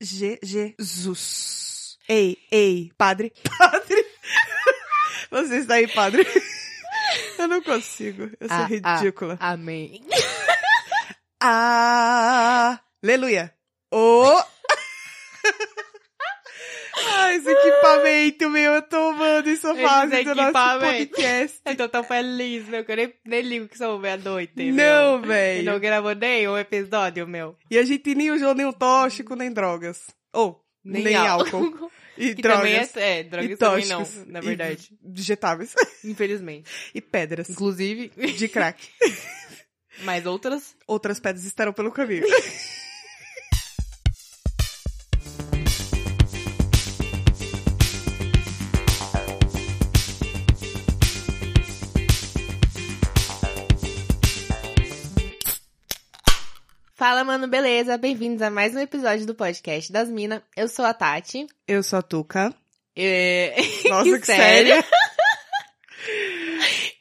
Je- Jesus. Ei, ei, padre. Padre. Você está aí, padre. Eu não consigo. Eu sou Ah, ah. ridícula. Amém. Ah, aleluia. Oh. Ah, esse equipamento, meu, eu tô amando isso Esse fase do nosso equipamento. podcast. Então, Eu tô tão feliz, meu, que eu nem, nem ligo que são meia-noite, meu. Não, é. E velho. não gravou nem um episódio, meu. E a gente nem usou nenhum tóxico, nem drogas. Ou, nem, álcool. E que também drogas. é, é drogas e também tóxicos. não, na e verdade. Injetáveis. Infelizmente. E pedras. Inclusive, De crack. mais outras. Outras pedras estarão pelo caminho. Fala, mano, beleza? Bem-vindos a mais um episódio do podcast das Minas. Eu sou a Tati. Eu sou a Tuca. É... Nossa, que, Que séria.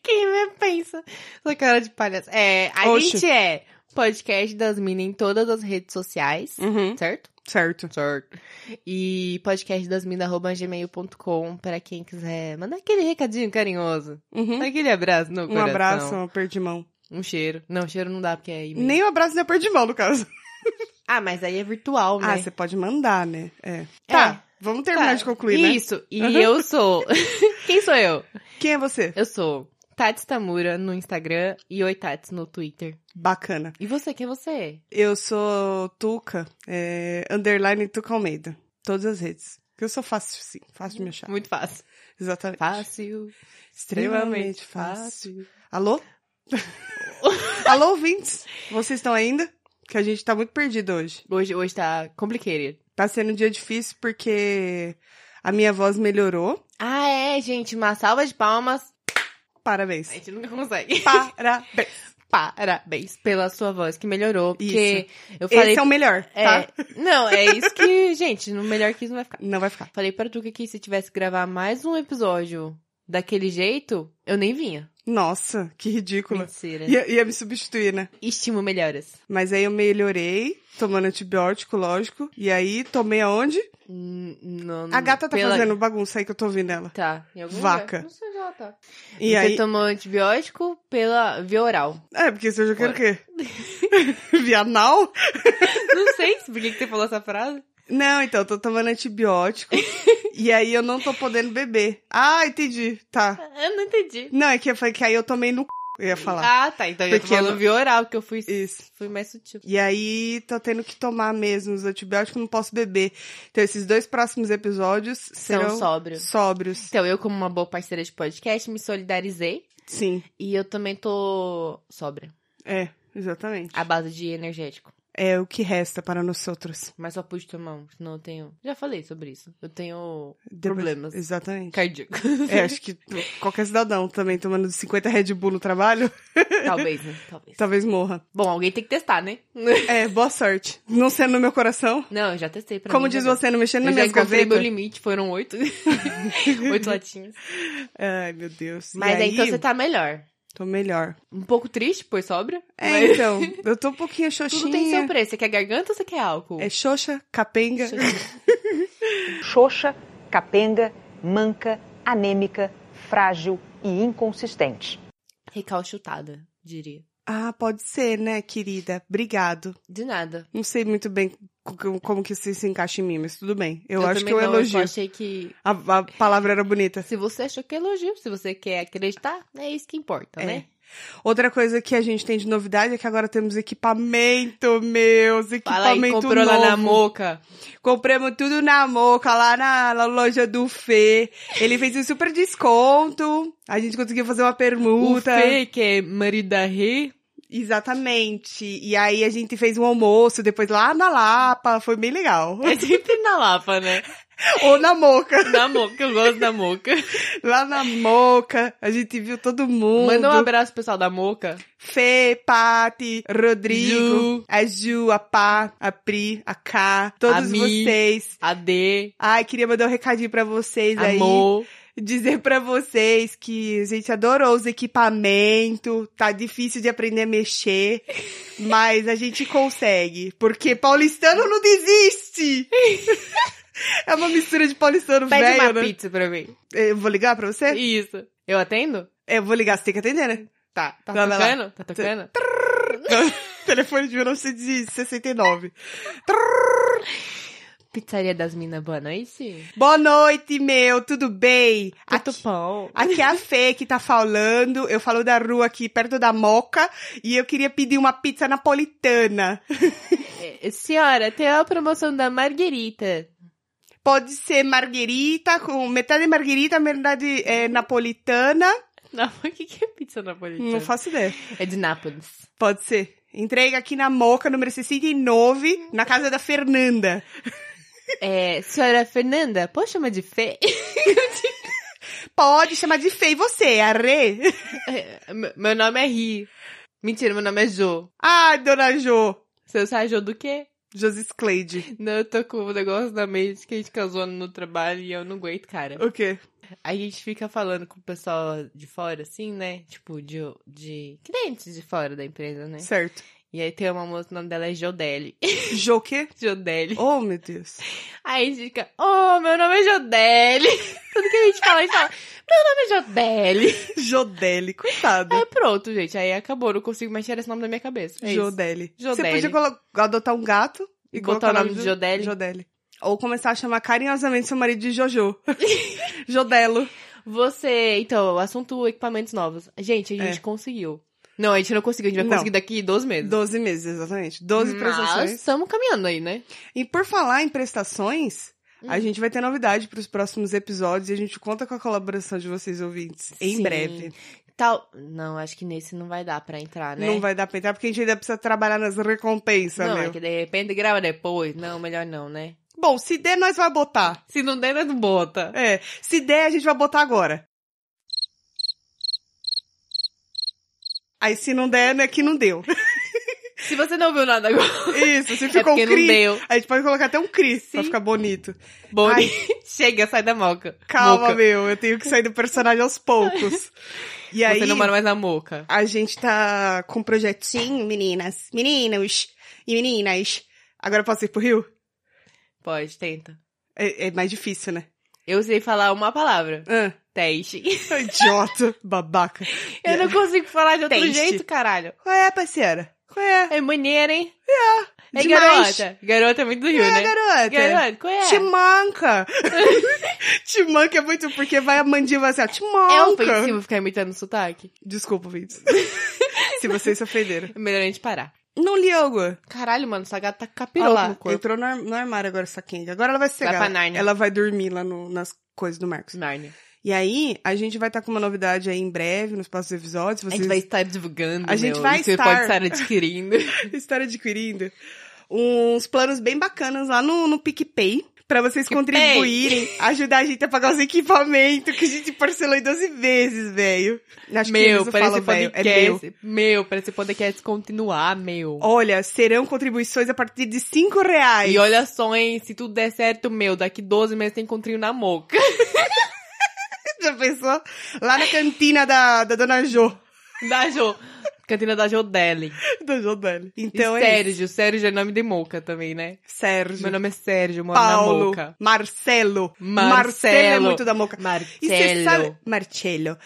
Quem me pensa? Sua cara de palhaço. É, a Oxe. gente é podcast das Minas em todas as redes sociais, Uhum, certo? certo. Certo. E podcast das gmail.com pra quem quiser mandar aquele recadinho carinhoso. Uhum. Aquele abraço no Um coração. abraço, um aperto de mão. Um cheiro. Não, cheiro não dá porque é e-mail. Nem um abraço nem um aperto de mão, no caso. Ah, mas aí é virtual, né? Ah, você pode mandar, né? É. É. Tá, vamos terminar Tá. de concluir, né? Isso. E Uhum. eu sou. Quem sou eu? Quem é você? Eu sou Tati Tamura no Instagram e Oi Tats no Twitter. Bacana. E você, quem é você? Eu sou Tuca, é, underline Tuca Almeida. Todas as redes. Que eu sou fácil, sim. Fácil de me achar. Muito fácil. Exatamente. Fácil. Extremamente fácil. Alô? Alô, ouvintes? Vocês estão ainda? Que a gente tá muito perdido hoje. Hoje, hoje tá complicated. Tá sendo um dia difícil porque a minha voz melhorou. Ah, é, gente. Uma salva de palmas. A Parabéns. gente nunca consegue. Parabéns. Parabéns pela sua voz, que melhorou. Porque eu falei... Esse é o melhor, tá? é, Não, é isso que... gente, no melhor que isso não vai ficar. Não vai ficar. Falei pra Tuca que se tivesse que gravar mais um episódio daquele jeito, eu nem vinha. Nossa, que ridícula. Mentira. Ia, ia me substituir, né? Estimo melhoras. Mas aí eu melhorei, tomando antibiótico, lógico. E aí tomei aonde? Hum, Não, não- A gata tá pela- fazendo bagunça aí que eu tô ouvindo ela. Tá, em algum Vaca. lugar. Não sei onde ela tá. E Você aí. tomou antibiótico pela via oral. É, porque se eu já quero o quê? Vianal? Não sei por que que você falou essa frase. Não, então, eu tô tomando antibiótico. e aí eu não tô podendo beber. Ah, entendi. Tá. Eu não entendi. Não, é que eu falei que aí eu tomei no c... Eu ia falar. Ah, tá. Então eu tô Porque falando eu- via oral, que eu fui, Isso. fui mais sutil. E aí, tô tendo que tomar mesmo os antibióticos, não posso beber. Então, esses dois próximos episódios serão São sóbrios. sóbrios. Então, eu, como uma boa parceira de podcast, me solidarizei. Sim, E eu também tô sóbria. é, exatamente. À base de energético. É o que resta para nós outros. Mas só pude tomar um, senão eu tenho... Já falei sobre isso. Eu tenho Depois- Problemas. Exatamente. cardíaco. É, acho que qualquer cidadão também tomando 50 Red Bull no trabalho, Talvez, né? Talvez. talvez morra. Bom, alguém tem que testar, né? É, boa sorte. Não sendo no meu coração. Não, eu já testei pra Como mim, diz já deu. você, não mexendo nas eu já minhas encontrei meu gavetas. limite, foram oito. oito latinhas. Ai, meu Deus. E Mas aí, aí, então você tá melhor. Tô melhor. Um pouco triste, pois sobra. É, mas então, eu tô um pouquinho xoxinha. tudo tem seu preço. Você quer garganta ou você quer álcool? É xoxa, capenga. xoxa, capenga, manca, anêmica, frágil e inconsistente. Recalchutada, diria. Ah, pode ser, né, querida? Obrigado. De nada. Não sei muito bem co- como que isso se encaixa em mim, mas tudo bem. Eu, acho que também eu não, elogio. Eu só achei que. A, a palavra era bonita. Se você achou que é elogio, se você quer acreditar, é isso que importa, É. né? Outra coisa que a gente tem de novidade é que agora temos equipamento, meus. Fala aí, Equipamento comprou lá na novo. moca. Compramos tudo na Moca, lá na, na loja do Fê. Ele fez um super desconto. A gente conseguiu fazer uma O permuta. Fê, que é maridarê. Exatamente. E aí a gente fez um almoço depois lá na Lapa. Foi bem legal. É sempre na Lapa, né? Ou na moca. Da Moca, eu gosto da Moca. Lá na moca, a gente viu todo mundo. Manda um abraço, pessoal da Moca. Fê, Pati, Rodrigo, Ju. a Ju, a Pá, a Pri, a K, todos A Mi. vocês. A D, Ai, queria mandar um recadinho pra vocês aí. Amor. Dizer pra vocês que a gente adorou os equipamentos, tá difícil de aprender a mexer, mas a gente consegue, porque paulistano não desiste! É uma mistura de paulistano Pede velho, uma né? É. pizza pra mim. Eu vou ligar pra você? Isso. Eu atendo? Eu vou ligar, você tem que atender, né? Tá. Tá Vai, vai lá. tocando? Tá tocando? Telefone de 1969. Pizzaria das Minas, boa noite. Boa noite, meu, tudo bem? Tudo Aqui, bom? aqui é a Fê que tá falando. Eu falo da rua aqui perto da Moca e eu queria pedir uma pizza napolitana. É, Senhora, tem a promoção da Marguerita. Pode ser marguerita, com metade marguerita, metade eh, napolitana. Não, o que que é pizza napolitana? Não faço ideia. É de Nápoles. Pode ser. Entrega aqui na Moca, número 69, na casa da Fernanda. É, senhora Fernanda, pode chamar de Fê? Pode chamar de Fê e você, arre. É, meu- meu nome é Ri. Mentira, meu nome é Jo. Ai, Ah, dona Jo. Você sabe Jo do quê? Josis Cleide. Não, eu tô com o negócio na mente que a gente casou no trabalho e eu não aguento, cara. O quê? A gente fica falando com o pessoal de fora, assim, né? Tipo, de, de clientes de fora da empresa, né? Certo. E aí tem uma moça, o nome dela é Jodeli. Jo o quê? Jodeli. Oh, meu Deus. Aí a gente fica, oh, meu nome é Jodeli. Tudo que a gente fala, a gente fala, meu nome é Jodeli. Jodeli, coitada. Aí pronto, gente. Aí acabou, não consigo mais tirar esse nome da minha cabeça. É isso. Jodeli. Você Jodeli. podia colo- adotar um gato e Botar colocar o nome de Jodeli? Jodeli. Ou começar a chamar carinhosamente seu marido de Jojo. Jodelo. Você, então, o assunto equipamentos novos. Gente, a gente conseguiu. Não, a gente É. não conseguiu, a gente vai Não. conseguir daqui 12 meses. 12 meses, exatamente. 12 Mas prestações. estamos caminhando aí, né? E por falar em prestações, a Hum. gente vai ter novidade para os próximos episódios e a gente conta com a colaboração de vocês ouvintes em Sim. breve. Tal. Não, acho que nesse não vai dar pra entrar, né? Não vai dar pra entrar porque a gente ainda precisa trabalhar nas recompensas, Não, meu. é que de repente grava depois. Não, melhor não, né? Bom, se der, nós vai botar. Se não der, não bota. É, se der, a gente vai botar agora. Aí se não der, é que não deu. Se você não viu nada agora, Isso, se é ficou porque um não cri, deu. a gente pode colocar até um cri pra Sim. ficar bonito. Boni, chega, sai da moca. Calma, Moca. meu, eu tenho que sair do personagem aos poucos. E aí, Você não mora mais na moca. a gente tá com um projetinho, meninas, meninos e meninas. Agora eu posso ir pro Rio? Pode, tenta. É, é mais difícil, né? Eu sei falar uma palavra. Ah, Teste. idiota, babaca. Eu não consigo falar de outro Teste. jeito, caralho. Qual é, parceira? Qual é? É maneira, hein? É Demais. garota. Garota é muito do Rio, É, né? Garota, qual é? Timanca! Timanca é muito porque vai a mandíbula assim, ó. É Timanca! ofensivo ficar imitando sotaque? Desculpa, Vince. se vocês se ofenderam. É melhor a gente parar. Não li água. Caralho, mano, essa gata tá com Olha capiroto no lá, corpo. entrou no, ar- no armário agora essa Candy. Agora ela vai cegar. pra Nárnia. Ela vai dormir lá no- nas coisas do Marcos. Narnia. E aí, a gente vai estar com uma novidade aí em breve, nos próximos episódios. A Vocês gente vai estar divulgando, A gente meu, vai e você estar. pode estar adquirindo. estar adquirindo uns planos bem bacanas lá no, no PicPay. Pra vocês PicPay. contribuírem, ajudar a gente a pagar os equipamentos que a gente parcelou em 12 vezes, velho. Acho que eles meu, não para falam, esse velho. É meu. podcast. meu, para esse podcast continuar, meu. Olha, serão contribuições a partir de 5 reais. E olha só, hein, se tudo der certo, meu, daqui 12 meses tem encontrinho na moca. Já pensou? Lá na cantina da, da Dona Jo. Da Jo. Cantina da Jodeli. Da Jo Dali. Então Então, e é isso. Sérgio. Sérgio é nome de moca também, né? Sérgio. Meu nome é Sérgio, moro na Paulo. moca. Marcelo. Marcelo. Marcelo é muito da moca. E você Marcelo. sabe... Marcelo.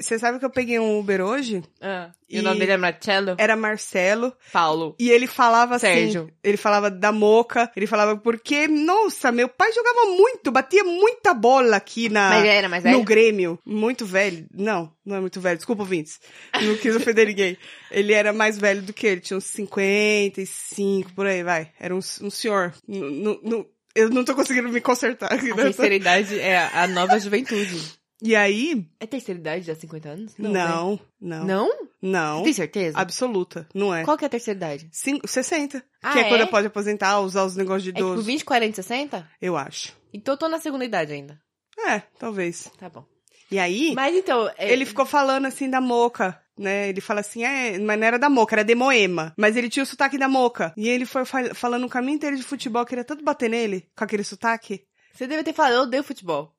Você sabe que eu peguei um Uber hoje? Ah, e, E- o nome dele é Marcelo? Era Marcelo. Paulo. E ele falava assim, Sérgio. ele falava da moca, ele falava porque, nossa, meu pai jogava muito, batia muita bola aqui na Mas é era, mas Ah, no Grêmio, muito velho. Não, não é muito velho, desculpa, Vintes. Não quis ofender ninguém. Ele era mais velho do que ele, tinha uns 55, por aí vai. Era um, um senhor. Nu- nu- nu- eu não tô conseguindo me consertar. aqui A nessa- terceira idade é a a nova juventude. E aí, É terceira idade já 50 anos? não, não, Não? né? não? Não. Você tem certeza? Absoluta. Não é. Qual que é a terceira idade? Cinco, 60. Ah, que é, é? quando pode aposentar, usar os negócios de É tipo idoso. 20, 40, 60? Eu acho. Então eu tô na segunda idade ainda. É, talvez. Tá bom. E aí, Mas então. é- ele ficou falando assim da moca. Né, ele fala assim, é, mas não era da moca, era de Moema. Mas ele tinha o sotaque da moca. E ele foi fal- falando o caminho inteiro de futebol, queria tanto bater nele com aquele sotaque. Você deve ter falado, eu odeio futebol.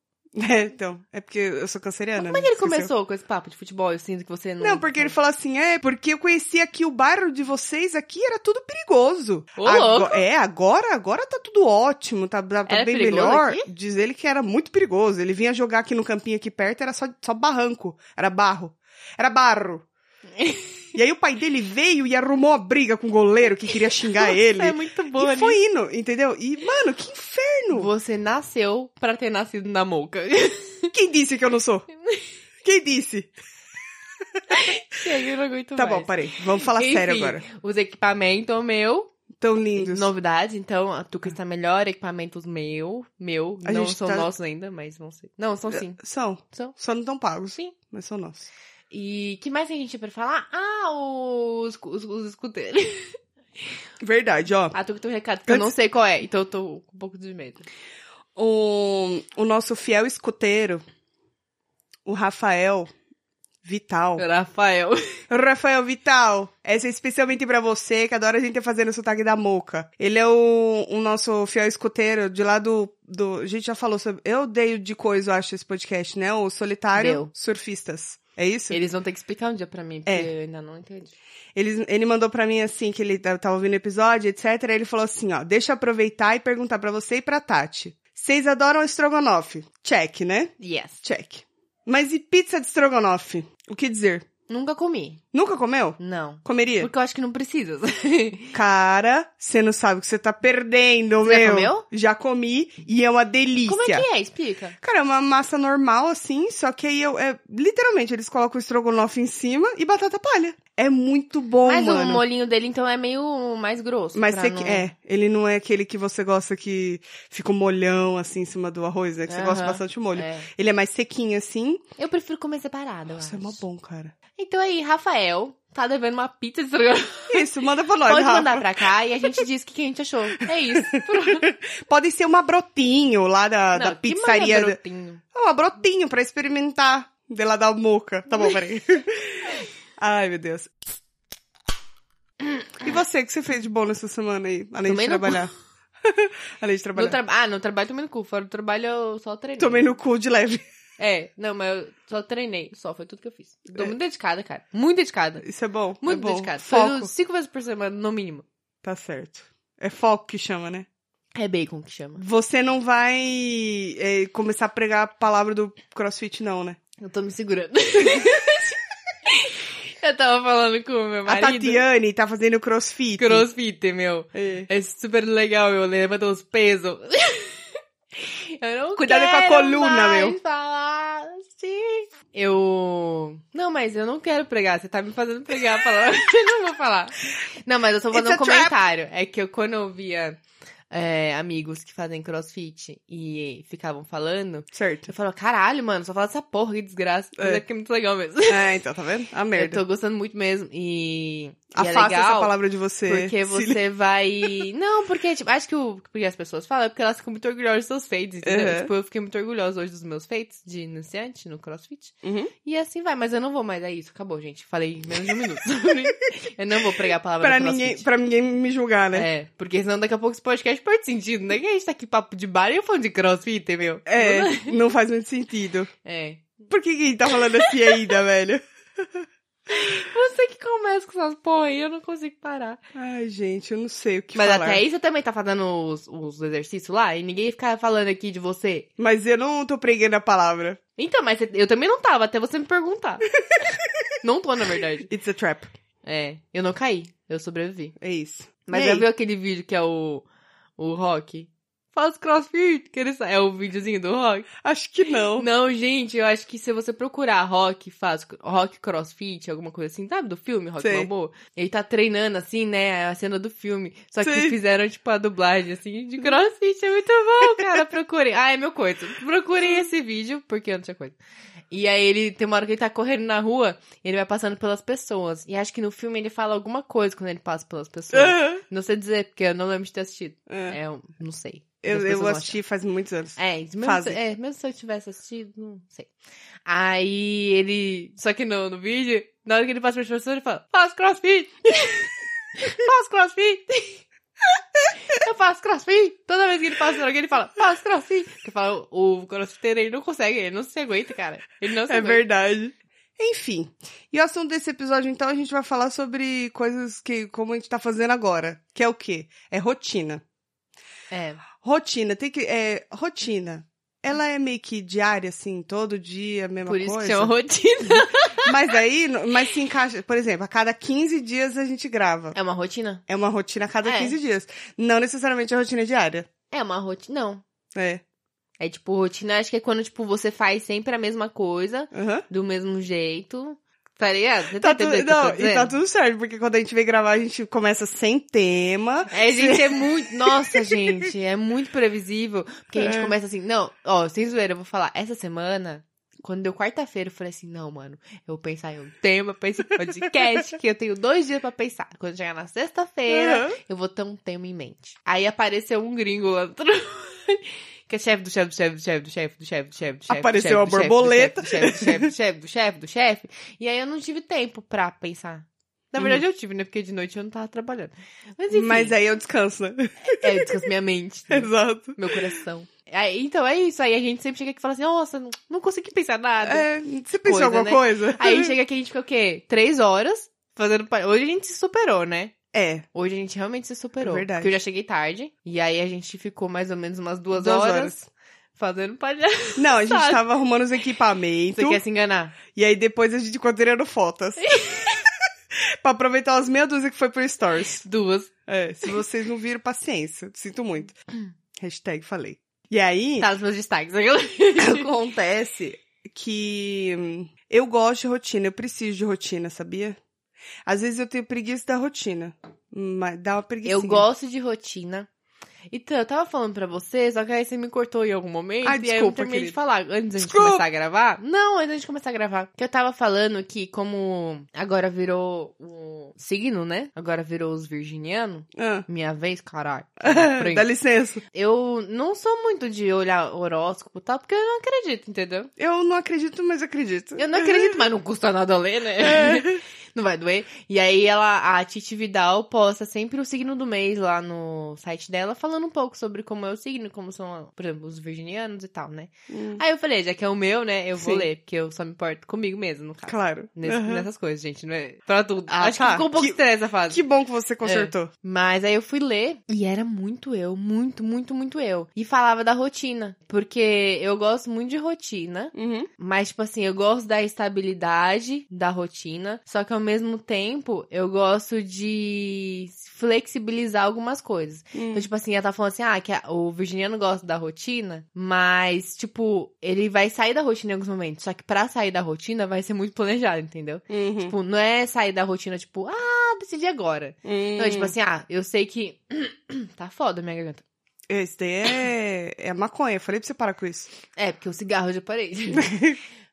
É, então, é porque eu sou canceriana. Como é que ele né? Esqueceu. começou com esse papo de futebol? Eu sinto que você não. Não, porque ele falou assim, é, porque eu conhecia que o bairro de vocês aqui era tudo perigoso. Ô, Ago- louco! É, agora, agora tá tudo ótimo, tá, tá- tá Era bem perigoso melhor. aqui? Diz ele que era muito perigoso. Ele vinha jogar aqui no campinho aqui perto, era só, só barranco, era barro. Era barro. e aí o pai dele veio e arrumou a briga com o goleiro que queria xingar ele. É muito bom, e foi indo, entendeu? E, mano, que inferno! Você nasceu pra ter nascido na moca. Quem disse que eu não sou? Quem disse? Chega, eu não aguento Tá mais. bom, parei. Vamos falar sério Enfim, agora. Os equipamentos, meu. Tão lindos. Novidades, então, a Tuca está melhor, equipamentos meu, meu, A não gente são tá- É. nossos ainda, mas vão ser. Não, são sim. São. São. Só não tão pagos. Sim. Mas são nossos. E que mais tem gente pra falar? Ah, os, os, os escuteiros. Verdade, ó. A Tuca tem um recado que eu não sei qual é, então eu tô com um pouco de medo. O, o nosso fiel escuteiro, o Rafael Vital. Rafael. Rafael Vital, essa é especialmente pra você que adora a gente fazendo o sotaque da moca. Ele é o, o nosso fiel escuteiro de lá do, do. A gente já falou sobre. Eu odeio de coisa, eu acho, esse podcast, né? O Solitário Deu. Surfistas. É isso? Eles vão ter que explicar um dia pra mim, porque eu ainda não entendi. Ele, ele mandou pra mim assim, que ele tá- tava ouvindo o episódio, etc. Aí ele falou assim, ó, deixa eu aproveitar e perguntar pra você e pra Tati. Vocês adoram estrogonofe? Check, né? Yes. Check. Mas e pizza de estrogonofe? O que dizer? Nunca comi. Nunca comeu? Não. Comeria? Porque eu acho que não precisa. Cara, você não sabe o que você tá perdendo, Você já meu. comeu? Já comi e é uma delícia. Como é que é? Explica. Cara, é uma massa normal, assim, só que aí eu, é, literalmente, eles colocam o estrogonofe em cima e batata palha. É muito bom, Mas o mano. molhinho dele, então, é meio mais grosso. Mas pra você não- que- é, ele não é aquele que você gosta que fica um molhão assim em cima do arroz, né? Que você gosta Aham, bastante de molho. é. Ele é mais sequinho assim. Eu prefiro comer separado. eu Nossa, é acho. mó bom, cara. Então aí, Rafael, tá devendo uma pizza de estrogonofe. Isso, manda pra nós, Pode Rafa. Tá, mandar pra cá e a gente diz o que, que a gente achou. É isso. Pode ser uma brotinho lá da, da Não, que pizzaria. manda da- brotinho. Ah, Uma brotinho pra experimentar. De lá da moca. Tá bom, peraí. Ai, meu Deus. E você, o que você fez de bom nessa semana aí? Além Tomei de no cu. trabalhar. Além de No trabalhar. tra... Ah, no trabalho tomei no cu. Fora do trabalho eu só treinei. Tomei no cu de leve. É, não, mas eu só treinei. Só foi tudo que eu fiz. Tô muito dedicada, cara. Muito dedicada. Isso é bom. Muito é bom. dedicada. Foco. Foi cinco vezes por semana, no mínimo. Tá certo. É foco que chama, né? É bacon que chama. Você não vai é, começar a pregar a palavra do crossfit, não, né? Eu tô me segurando. eu tava falando com o meu marido. A Tatiane tá fazendo crossfit. Crossfit, meu. É. É super legal, meu. Levanta os pesos. Eu não Cuidado com a quero coluna, mais meu. falar assim. Eu... Não, mas eu não quero pregar. Você tá me fazendo pregar a palavra. eu não vou falar. Não, mas eu só vou It's fazer um a trap. comentário. É que eu, quando eu via é, amigos que fazem crossfit e ficavam falando, Certo. eu falava, caralho, mano, só fala essa porra, que desgraça. Mas É. é porque é muito legal mesmo. É, então, tá vendo? A merda. Eu tô gostando muito mesmo. E, e é Afasta essa legal. palavra de você. Porque Se li- você vai. Não, porque, tipo, acho que o porque as pessoas falam é porque elas ficam muito orgulhosas dos seus feitos, entendeu? Uhum. Tipo, eu fiquei muito orgulhosa hoje dos meus feitos de iniciante no crossfit. Uhum. E assim vai, mas eu não vou mais. É isso, acabou, gente. Falei em menos de um minuto. eu não vou pregar a palavra Pra no crossfit. ninguém, pra ninguém me julgar, né? É, porque senão daqui a pouco esse podcast perde sentido, né? Que a gente tá aqui papo de bar e eu falando de crossfit, meu. É, não faz muito sentido. É. Por que que tá falando assim ainda, velho? Você que começa com essas porra aí, eu não consigo parar. Ai, gente, eu não sei o que Mas falar. até aí você também tá fazendo os, os exercícios lá e ninguém fica falando aqui de você. Mas eu não tô pregando a palavra. Então, mas eu também não tava, até você me perguntar. não tô, na verdade. It's a trap. É, eu não caí, eu sobrevivi. É isso. Mas E já aí? viu aquele vídeo que é o, o Rock? Faz crossfit, que ele sa- É o videozinho do Rock? Acho que não. Não, gente, eu acho que se você procurar Rock, faz Rock crossfit, alguma coisa assim, sabe? Do filme, Rock Sei. Balboa? Ele tá treinando, assim, né? A cena do filme. Só que Sei. fizeram, tipo, a dublagem, assim, de crossfit. É muito bom, cara. Procurem. Ah, é meu coito. Procurem esse vídeo, porque eu não tinha coisa. E aí ele tem uma hora que ele tá correndo na rua e ele vai passando pelas pessoas. E acho que no filme ele fala alguma coisa quando ele passa pelas pessoas. Não sei dizer, porque eu não lembro de ter assistido. Ah. É. É, eu não sei. As Eu, pessoas eu vão assisti faz muitos anos. É, mesmo, Fazem. se- é, mesmo se eu tivesse assistido, não sei. Aí ele. Só que no, no vídeo, na hora que ele passa pelas pessoas, ele fala: Faço crossfit! Faço crossfit! Eu faço crossfit! Toda vez que ele passa por alguém, ele fala: Faço crossfit! Porque fala, o, o crossfiteiro ele não consegue, ele não se aguenta, cara. Ele não se É aguenta. verdade. Enfim. E o assunto desse episódio, então, a gente vai falar sobre coisas que, como a gente tá fazendo agora. Que é o quê? É rotina. É. Rotina, tem que. É, rotina. Ela é meio que diária, assim, todo dia, a mesma Por isso que coisa. chama rotina. Mas aí, no- mas se encaixa. Por exemplo, a cada 15 dias a gente grava. É uma rotina? É uma rotina a cada É. 15 dias. Não necessariamente a rotina é diária. É uma rotina. Não. É. É tipo, rotina acho que é quando, tipo, você faz sempre a mesma coisa, Aham. do mesmo jeito. Tá ligado? Você Tá tá tudo, entendendo o que eu tô não, e tá dizendo? tudo certo, porque quando a gente vem gravar, a gente começa sem tema. É, gente, é muito. Nossa, gente, é muito previsível. Porque a gente É. começa assim, não, ó, sem zoeira, eu vou falar. Essa semana, quando deu quarta-feira, eu falei assim, não, mano, eu vou pensar em um tema pra esse podcast, que eu tenho dois dias pra pensar. Quando chegar na sexta-feira, Aham. eu vou ter um tema em mente. Aí apareceu um gringo lá do trabalho, que é chefe do chefe do chefe do chefe do chefe do chefe do chefe do chefe. do Apareceu chefe, uma do chefe, do borboleta. chefe, do Chefe do chefe do chefe do chefe do chefe. E aí eu não tive tempo pra pensar. Na verdade eu tive, né? Porque de noite eu não tava trabalhando. Mas enfim. Uhum. Mas aí eu descanso, né? É, descansa minha mente, né? Exato. meu coração. Aí, então é isso. Aí a gente sempre chega aqui e fala assim, nossa, não, não consegui pensar nada. É, você pensou Coisa, em alguma né? coisa? Aí chega aqui a gente fica o quê? Três horas fazendo. pa- Hoje a gente se superou, né? É, Hoje a gente realmente se superou. É verdade. Porque eu já cheguei tarde. E aí a gente ficou mais ou menos umas duas, Duas horas, horas. fazendo palhaço. Não, a gente Sabe? tava arrumando os equipamentos. Você quer se enganar? E aí depois a gente ficou tirando fotos. pra aproveitar as meia dúzia que foi pro Stories. Duas. É, se vocês não viram, paciência. Sinto muito. Hashtag falei. E aí, Tá nos meus destaques. acontece que hum, eu gosto de rotina. Eu preciso de rotina, sabia? Às vezes eu tenho preguiça da rotina. Mas dá uma preguiça. eu gosto de rotina. Então, eu tava falando pra você, só que aí você me cortou em algum momento. Ah, e aí eu não desculpa, terminei de querida. falar. Antes da gente Desculpa. começar a gravar? Não, antes da gente começar a gravar. Que eu tava falando que como agora virou o signo, né? Agora virou os virginianos. Ah. Minha vez, caralho. Dá licença. eu não sou muito de olhar horóscopo e tal, porque eu não acredito, entendeu? Eu não acredito, mas acredito. Eu não acredito, mas não custa nada ler, É. né? não vai doer. E aí ela, a Titi Vidal posta sempre o signo do mês lá no site dela, falando um pouco sobre como é o signo, como são, por exemplo, os virginianos e tal, né? Hum, Aí eu falei, já que é o meu, né, eu vou Sim. ler, porque eu só me importo comigo mesmo, no caso. Claro. Nesse- Aham. Nessas coisas, gente, não é? Pra tudo. Ah, Acho tá. que ficou um pouco Que- estranho essa fase. Que bom que você consertou. Mas aí eu fui ler e era muito eu, muito, muito, muito eu. E falava da rotina, porque eu gosto muito de rotina. Uhum. Mas, tipo assim, eu gosto da estabilidade da rotina, só que ao mesmo tempo eu gosto de flexibilizar algumas coisas. Hum. Então, tipo assim, ela tá falando assim, ah, que a- o virginiano gosta da rotina, mas, tipo, ele vai sair da rotina em alguns momentos. Só que pra sair da rotina vai ser muito planejado, entendeu? Uhum. Tipo, não é sair da rotina, tipo, ah, decidi agora. Hum. Não, é tipo assim, ah, eu sei que. tá foda minha garganta. assim, Esse daí é, é maconha. Falei pra você parar com isso. É, porque o cigarro eu já parei.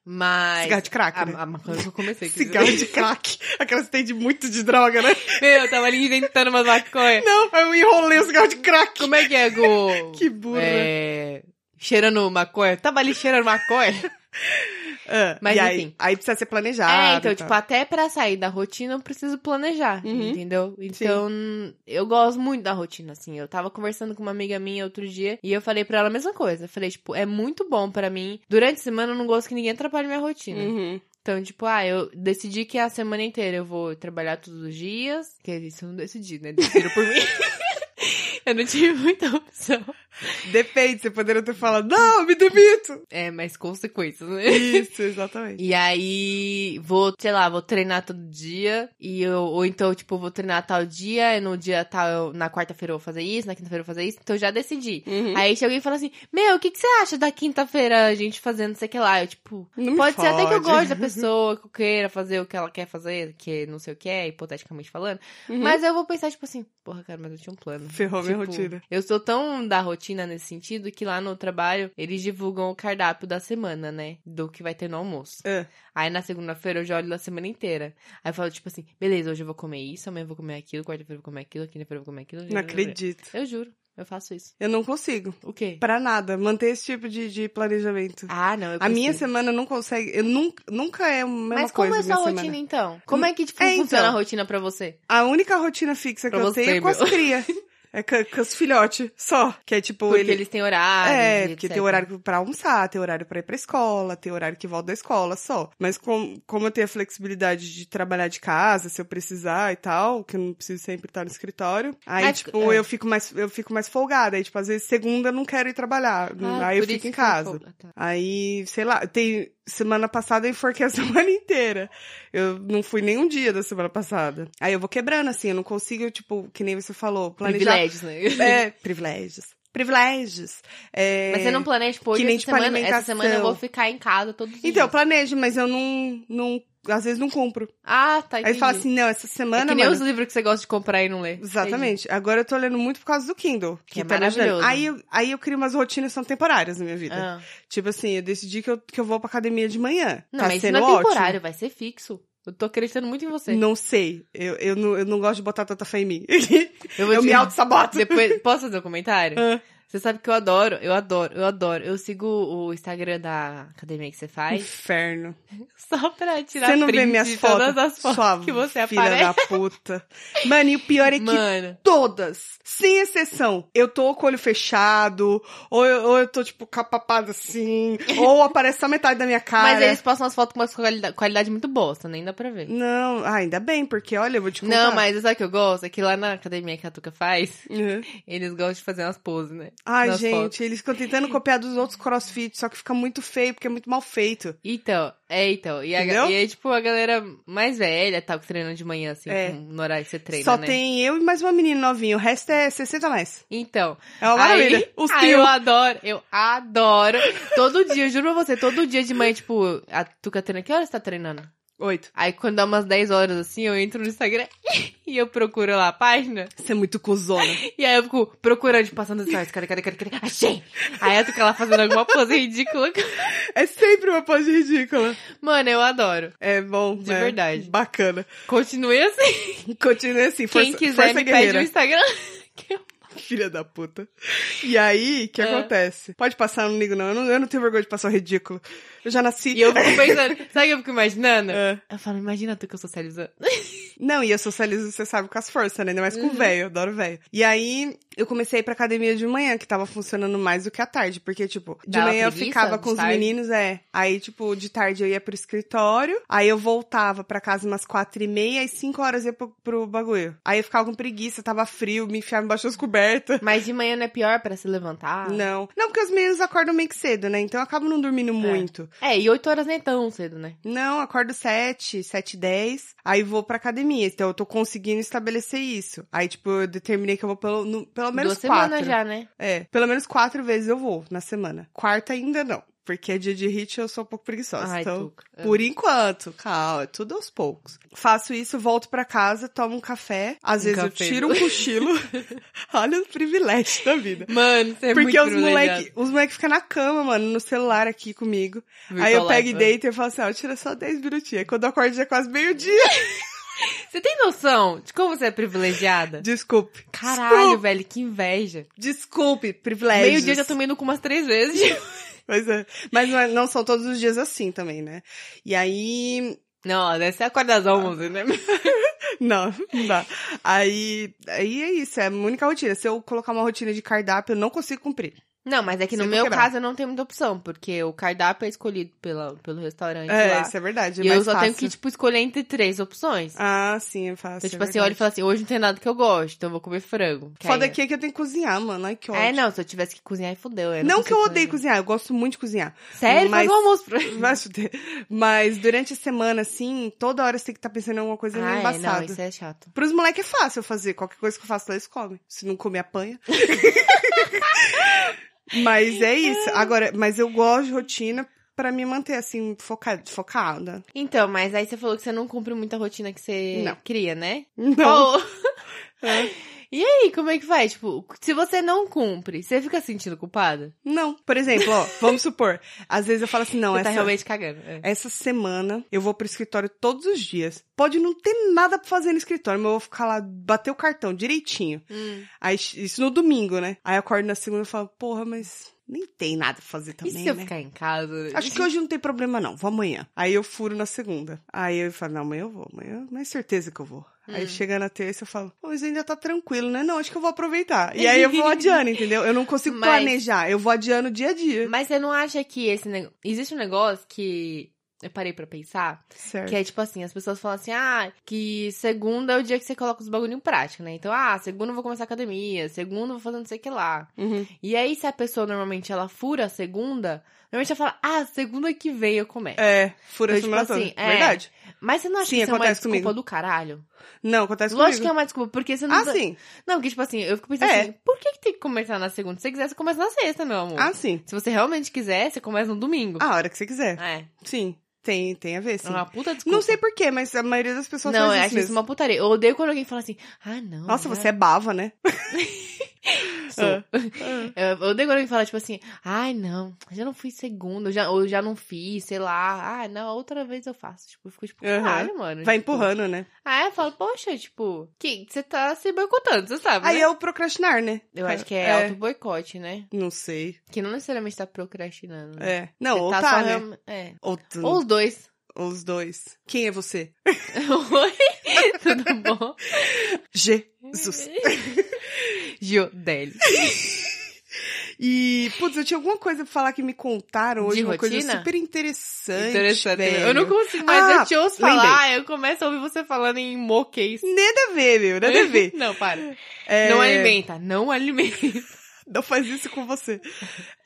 mas. Cigarro de crack, a, né? a maconha que eu comecei. quer dizer. Cigarro de crack. Aquelas que tem de muito de droga, né? Meu, eu tava ali inventando umas maconhas. Não, eu enrolei o cigarro de crack. Como é que é, Gu? Que né? burra. É... Cheirando maconha. Tava ali cheirando maconha. Ah, Mas e aí, enfim. aí precisa ser planejado. é, então, e tipo, tal. até pra sair da rotina eu preciso planejar, Uhum. entendeu? Então, eu gosto muito da rotina, assim. Eu tava conversando com uma amiga minha outro dia e eu falei pra ela a mesma coisa. Eu falei, tipo, é muito bom pra mim. Durante a semana eu não gosto que ninguém atrapalhe minha rotina. Uhum. Então, tipo, ah, eu decidi que a semana inteira eu vou trabalhar todos os dias. Quer dizer, isso eu não decidi, né? Decidiram por mim. eu não tive muita opção. Depende, você poderia ter falado, não, me demito. É, mas consequências, né? Isso, exatamente. E aí, vou, sei lá, vou treinar todo dia. E eu, ou então, tipo, vou treinar tal dia, e no dia tal, eu- na quarta-feira eu vou fazer isso, na quinta-feira eu vou fazer isso. Então, eu já decidi. Uhum. Aí chega alguém e fala assim: Meu, o que, que você acha da quinta-feira a gente fazendo não sei o que lá? Eu, tipo, Não me Pode ser até que eu fode. goste da pessoa, que eu queira fazer o que ela quer fazer, que não sei o que é, hipoteticamente falando. Uhum. Mas eu vou pensar, tipo assim, porra, cara, mas eu tinha um plano. Ferrou Tinha meu rotina. Eu sou tão da rotina nesse sentido que lá no trabalho eles divulgam o cardápio da semana, né? Do que vai ter no almoço. É. Aí na segunda-feira eu já olho da semana inteira. Aí eu falo, tipo assim, beleza, hoje eu vou comer isso, amanhã eu vou comer aquilo, quarta-feira eu vou comer aquilo, quinta-feira eu vou comer aquilo. Não acredito. Eu juro, eu faço isso. Eu não consigo. O quê? Pra nada. Manter esse tipo de, de planejamento. Ah, não, eu a minha consigo. semana não consegue. Eu nunca, nunca é a mesma Mas como coisa. é minha a sua rotina, semana. então? Como é que tipo, É, então. funciona a rotina pra você? A única rotina fixa que eu Pra você, tenho é com as meu. crias. É com, com os filhotes, só. Que é tipo, Porque ele. eles têm horário. É, porque tem horário pra almoçar, tem horário pra ir pra escola, tem horário que volta da escola só. Mas com, como eu tenho a flexibilidade de trabalhar de casa, se eu precisar e tal, que eu não preciso sempre estar no escritório, aí, Mas, tipo, é. eu fico mais eu fico mais folgada. Aí, tipo, às vezes segunda eu não quero ir Ah, trabalhar. aí eu fico em casa. tá. Aí, sei lá, tem. Semana passada eu enforquei a semana inteira. Eu não fui nenhum dia da semana passada. Aí eu vou quebrando, assim, eu não consigo, tipo, que nem você falou, planejar. Privilégios, né? É, privilégios. Privilégios. É... Mas você não planeja, pô, hoje, que nem, essa, tipo, semana, essa alimentação. semana eu vou ficar em casa todos os Então, eu dias. planejo, mas eu não. não às vezes não compro. Ah, tá, Aí entendi. fala assim, não, essa É semana. que nem mano, os livros que você gosta de comprar e não lê. Exatamente. Agora eu tô lendo muito por causa do Kindle. Que, é tá me ajudando. maravilhoso. Aí, eu- aí eu crio umas rotinas que são temporárias na minha Entendi. vida. Ah. Tipo assim, eu decidi que eu, que eu vou pra academia de manhã. Não, tá mas isso sendo não é ótimo. temporário, vai ser fixo. Eu tô acreditando muito em você. Não sei. Eu, eu, não, eu não gosto de botar tanta fé em mim. Eu eu me auto-saboto. Depois, posso fazer um comentário? Ah. Você sabe que eu adoro, eu adoro, eu adoro. Eu sigo o Instagram da academia que você faz Inferno. só pra tirar Uhum. Você não print vê minhas de fotos? todas as fotos sua que você filha aparece. da puta. Mano, e o pior é que Mano, todas, sem exceção, eu tô com o olho fechado, ou eu, ou eu tô, tipo, capapada assim, ou aparece só metade da minha cara. mas é eles postam as fotos com uma qualidade, qualidade muito bosta, nem dá pra ver. Não, ah, ainda bem, porque olha, eu vou te contar. Não, mas sabe o que eu gosto? É que lá na academia que a Tuca faz, Uhum. eles gostam de fazer umas poses, né? Ai, Nas gente, fotos. eles ficam tentando copiar dos outros crossfit, só que fica muito feio, porque é muito mal feito. Então, é, então. E, a, Entendeu? e aí, tipo, a galera mais velha, tal, que treina de manhã, assim, É. com- no horário que você treina, só né? tem eu e mais uma menina novinha, o resto é 60 a mais. Então, É uma maravilha. Aí, Os aí tio. eu adoro, eu adoro. Todo dia, eu juro pra você, todo dia de manhã, tipo, a Tuca treina. Que horas você tá treinando? Oito. Aí quando dá umas 10 horas assim, eu entro no Instagram e eu procuro lá a página. Você é muito cuzona. E aí eu fico procurando, tipo, passando as horas. Cadê, cadê, cadê, cadê? Achei! Aí a Tuca lá fazendo alguma pose ridícula. é sempre uma pose ridícula. Mano, eu adoro. É bom. De né? verdade. Bacana. Continue assim. Continue assim, força, Quem quiser força me pede um o guerreira. Instagram. Filha da puta. E aí, o que É. acontece? Pode passar, eu não ligo não. Eu, não. eu não tenho vergonha de passar o ridículo. Eu já nasci... E eu fico pensando, sabe o que eu fico imaginando? É. Eu falo, imagina a Tuca socializando. Não, e eu socializo, você sabe, com as forças, né? Ainda mais com Uhum. o velho, eu adoro velho. E aí, eu comecei a ir pra academia de manhã, que tava funcionando mais do que à tarde. Porque, tipo, de Dava manhã eu preguiça ficava de com os tarde? meninos, é. Aí, tipo, de tarde eu ia pro escritório, aí eu voltava pra casa umas quatro e meia, e cinco horas eu ia pro, pro bagulho. Aí eu ficava com preguiça, tava frio, me enfiava embaixo das cobertas. Mas de manhã não é pior pra se levantar? Não. Não, porque os meninos acordam meio que cedo, né? Então eu acabo não dormindo muito. É, e 8 horas nem é tão cedo, né? Não, acordo sete, sete e dez, aí vou pra academia. Então eu tô conseguindo estabelecer isso. Aí, tipo, eu determinei que eu vou pelo, no- pelo menos Duas quatro. semanas já, né? É, pelo menos quatro vezes eu vou na semana. Quarta ainda não, porque é dia de hit e eu sou um pouco preguiçosa. Ai, então, Tuca. por enquanto, calma, é tudo aos poucos. Faço isso, volto pra casa, tomo um café. Às Um vezes café. eu tiro um cochilo. Olha o privilégio da vida. Mano, você é Porque muito os moleque, os moleque ficam na cama, mano, no celular aqui comigo. aí eu pego e deito e eu falo assim, ó, tira só 10 minutinhos. Aí quando eu acordo já é quase meio-dia. Você tem noção de como você é privilegiada? Desculpe. Caralho, velho, que inveja. Desculpe, privilégios. Meio dia eu já tomei no cu umas três vezes. Pois é. Mas não, é- não são todos os dias assim também, né? E aí... Não, deve ser acordar às 11, né? Não, não dá. Aí, aí é isso, é a única rotina. Se eu colocar uma rotina de cardápio, eu não consigo cumprir. Não, mas é que no Você meu quebrar. caso eu não tenho muita opção, porque o cardápio é escolhido pela, pelo restaurante É, lá. isso é verdade. É e mais eu só tenho fácil. que, tipo, escolher entre três opções. Ah, sim, é fácil. então, tipo é assim, eu olho e verdade. falo assim, hoje não tem nada que eu gosto, então eu vou comer frango. Que Foda aí- aqui é que eu tenho que cozinhar, mano. Ai, que ódio. É, não, se eu tivesse que cozinhar, aí fudeu. não que eu consigo odeie cozinhar, eu gosto muito de cozinhar. Sério? Mas- Faz o almoço pra Vai fuder. Mas durante a semana, assim, toda hora você tem que estar pensando em alguma coisa meio Ah, é, não, embaçada. isso é chato. Pros moleques é fácil eu fazer. Qualquer coisa que eu faço, lá eles comem. Se não comer, apanha. mas é isso. Agora, mas eu gosto de rotina pra me manter, assim, foca- focada. Então, mas aí você falou que você não cumpre muita rotina que você Não. cria, né? Não. Qual- É. E aí, como é que vai? Tipo, se você não cumpre, você fica sentindo culpada? Não. Por exemplo, ó, vamos supor. Às vezes eu falo assim, não, você tá essa, realmente cagando. É. essa semana eu vou pro escritório todos os dias. Pode não ter nada pra fazer no escritório, mas eu vou ficar lá, bater o cartão direitinho. Hum. Aí, isso no domingo, né? Aí eu acordo na segunda e falo, porra, mas nem tem nada pra fazer também, e se eu né? ficar em casa? Acho que hoje não tem problema, não. Vou amanhã. Aí eu furo na segunda. Aí eu falo, não, amanhã eu vou. Amanhã não é certeza que eu vou. Aí Hum. chega na terça eu falo, "Pô, mas ainda tá tranquilo, né? Não, acho que eu vou aproveitar. E aí eu vou adiando, entendeu? Eu não consigo Mas- planejar. Eu vou adiando dia a dia. Mas você não acha que esse negócio. Existe um negócio que. Eu parei pra pensar. Certo. Que é tipo assim, as pessoas falam assim, ah, que segunda é o dia que você coloca os bagulho em prática, né? Então, ah, segunda eu vou começar a academia, segunda eu vou fazer não sei o que lá. Uhum. E aí, se a pessoa normalmente ela fura a segunda, normalmente ela fala, ah, segunda que vem eu começo. É, fura Então, a semana tipo assim, toda. é. Verdade. Mas você não acha Sim, que isso é uma acontece desculpa comigo. do caralho? Não, acontece Lógico que é comigo. uma desculpa, porque você não. Ah, tá- sim. Não, porque, tipo assim, eu fico pensando É. assim, por que, que tem que começar na segunda? Se você quiser, você começa na sexta, meu amor. Ah, sim. Se você realmente quiser, você começa no domingo. A hora que você quiser. É. Sim. Tem, tem a ver, sim. É uma puta desculpa. Assim, Não sei porquê, mas a maioria das pessoas Não, eu faz acho isso isso mesmo. uma putaria. Eu odeio quando alguém fala assim, ah, não. Nossa, né?" você é bava, né? É, Sou. Ah. Eu odeio quando alguém fala, tipo assim, ai, não, eu já não fui segunda, eu já, ou eu já não fiz, sei lá. Ah, não, outra vez eu faço. Tipo, eu fico tipo, Aham. caralho, mano. Vai tipo. empurrando, né? Ah, eu falo, poxa, tipo, que você tá se boicotando, você sabe, Aí né? é o procrastinar, né? Eu acho que é, auto-boicote, né? Não sei. Que não necessariamente tá procrastinando. né? É. Não, Você ou tá tá, só né? realme- é. Ou, tu- Ou os dois. ou os dois. Quem é você? Oi, tudo bom? Jesus. Giodeli. E, putz, eu tinha alguma coisa pra falar que me contaram hoje, De uma coisa rotina? super interessante. Interessante. né? velho. Eu não consigo mais Ah, eu te ouço lembrei. falar, eu começo a ouvir você falando em moquês. Nada a ver, meu, nada a ver. não, para. É, Não alimenta, não alimenta. Não faz isso com você.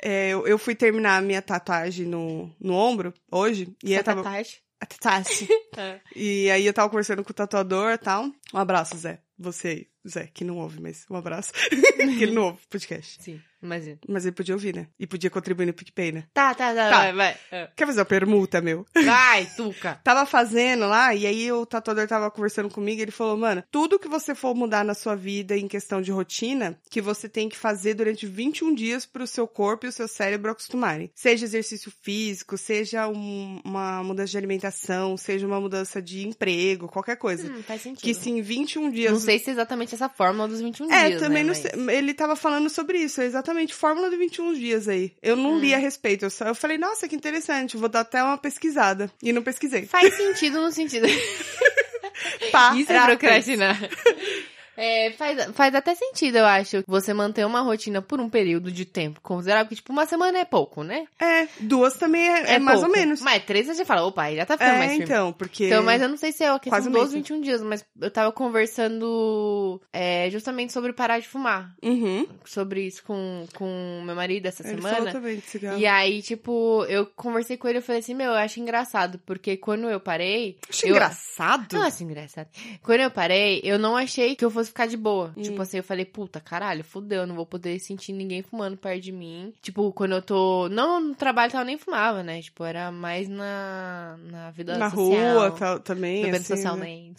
É, eu, eu fui terminar a minha tatuagem no, no ombro hoje. E eu Essa tava. tarde. A tatuagem. Ah, E aí eu tava conversando com o tatuador e tal. Um abraço, Zé. Você aí, Zé, que não ouve, mas um abraço. que ele não ouve o podcast. Ah. Sim, imagina. Mas ele podia ouvir, né? E podia contribuir no PicPay, né? Tá, tá, tá, Tá. vai, vai. Ah. Quer fazer uma permuta, meu? Vai, Tuca. Tava fazendo lá, e aí o tatuador tava conversando comigo, e ele falou, mano, tudo que você for mudar na sua vida em questão de rotina, que você tem que fazer durante 21 dias pro seu corpo e o seu cérebro acostumarem. Seja exercício físico, seja um- uma mudança de alimentação, seja uma mudança de emprego, qualquer coisa. Hum, faz sentido. Que se em 21 dias Não sei se é exatamente essa fórmula dos 21 É, dias, também né, não mas- sei. Ele tava falando sobre isso, exatamente. Fórmula de 21 dias aí. Eu É. não li a respeito. Eu, só, eu falei, nossa, que interessante. Vou dar até uma pesquisada. E não pesquisei. Faz sentido no sentido... Pá, Isso é procrastinar. É, faz, faz até sentido, eu acho, você manter uma rotina por um período de tempo considerável, porque, tipo, uma semana é pouco, né? É, duas também é, é mais pouco. ou menos. Mas três você já fala, opa, aí já tá ficando é, mais firme. então, porque. Então, mas eu não sei se é a Quase questão um dos mês, né? 21 dias, mas eu tava conversando é, justamente sobre parar de fumar. Uhum. Sobre isso com, com meu marido essa Ele falou semana. também de cigarro. E aí, tipo, eu conversei com ele e falei assim, meu, eu acho engraçado, porque quando eu parei. Acho eu- Ah, engraçado. Não, acho engraçado. Quando eu parei, eu não achei que eu fosse ficar de boa. Hum. Tipo assim, eu falei, puta, caralho, fudeu, eu não vou poder sentir ninguém fumando perto de mim. Tipo, quando eu tô. Não no trabalho e tal, eu nem fumava, né? Tipo, era mais na, na vida Na social. rua tal, também. Bebendo assim, né? socialmente.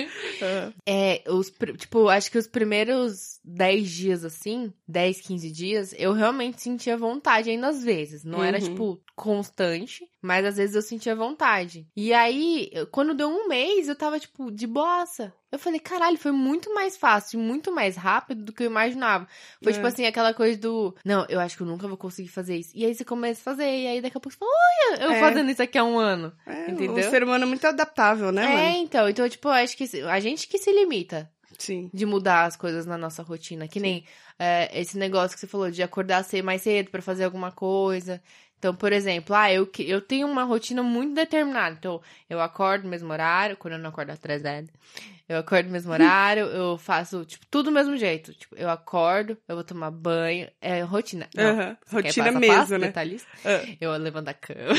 É. é, os, pr- tipo, acho que os primeiros 10 dias, assim, 10, 15 dias, eu realmente sentia vontade ainda às vezes. Não era, Uhum. tipo, constante, mas às vezes eu sentia vontade. E aí, eu- quando deu um mês, eu tava, tipo, de bossa. Eu falei, caralho, foi muito mais fácil, muito mais rápido do que eu imaginava. Foi, É. tipo assim, aquela coisa do, não, eu acho que eu nunca vou conseguir fazer isso. E aí você começa a fazer, e aí daqui a pouco você fala, olha, eu É. fazendo isso aqui há um ano. É, Entendeu? O ser humano é muito adaptável, né, É, mano? então, então, tipo, eu acho que se- a gente que se limita Sim. de mudar as coisas na nossa rotina. Que nem é, esse negócio que você falou de acordar cedo, mais cedo pra fazer alguma coisa. Então, por exemplo, ah, eu, que- eu tenho uma rotina muito determinada. Então, eu acordo no mesmo horário, quando eu não acordo atrasada. Eu acordo no mesmo horário, eu faço, tipo, tudo do mesmo jeito. Tipo, eu acordo, eu vou tomar banho. É rotina. Não, Aham. você quer Rotina passo a mesmo, passo, né? detalhista? Ah. Eu levanto a cama.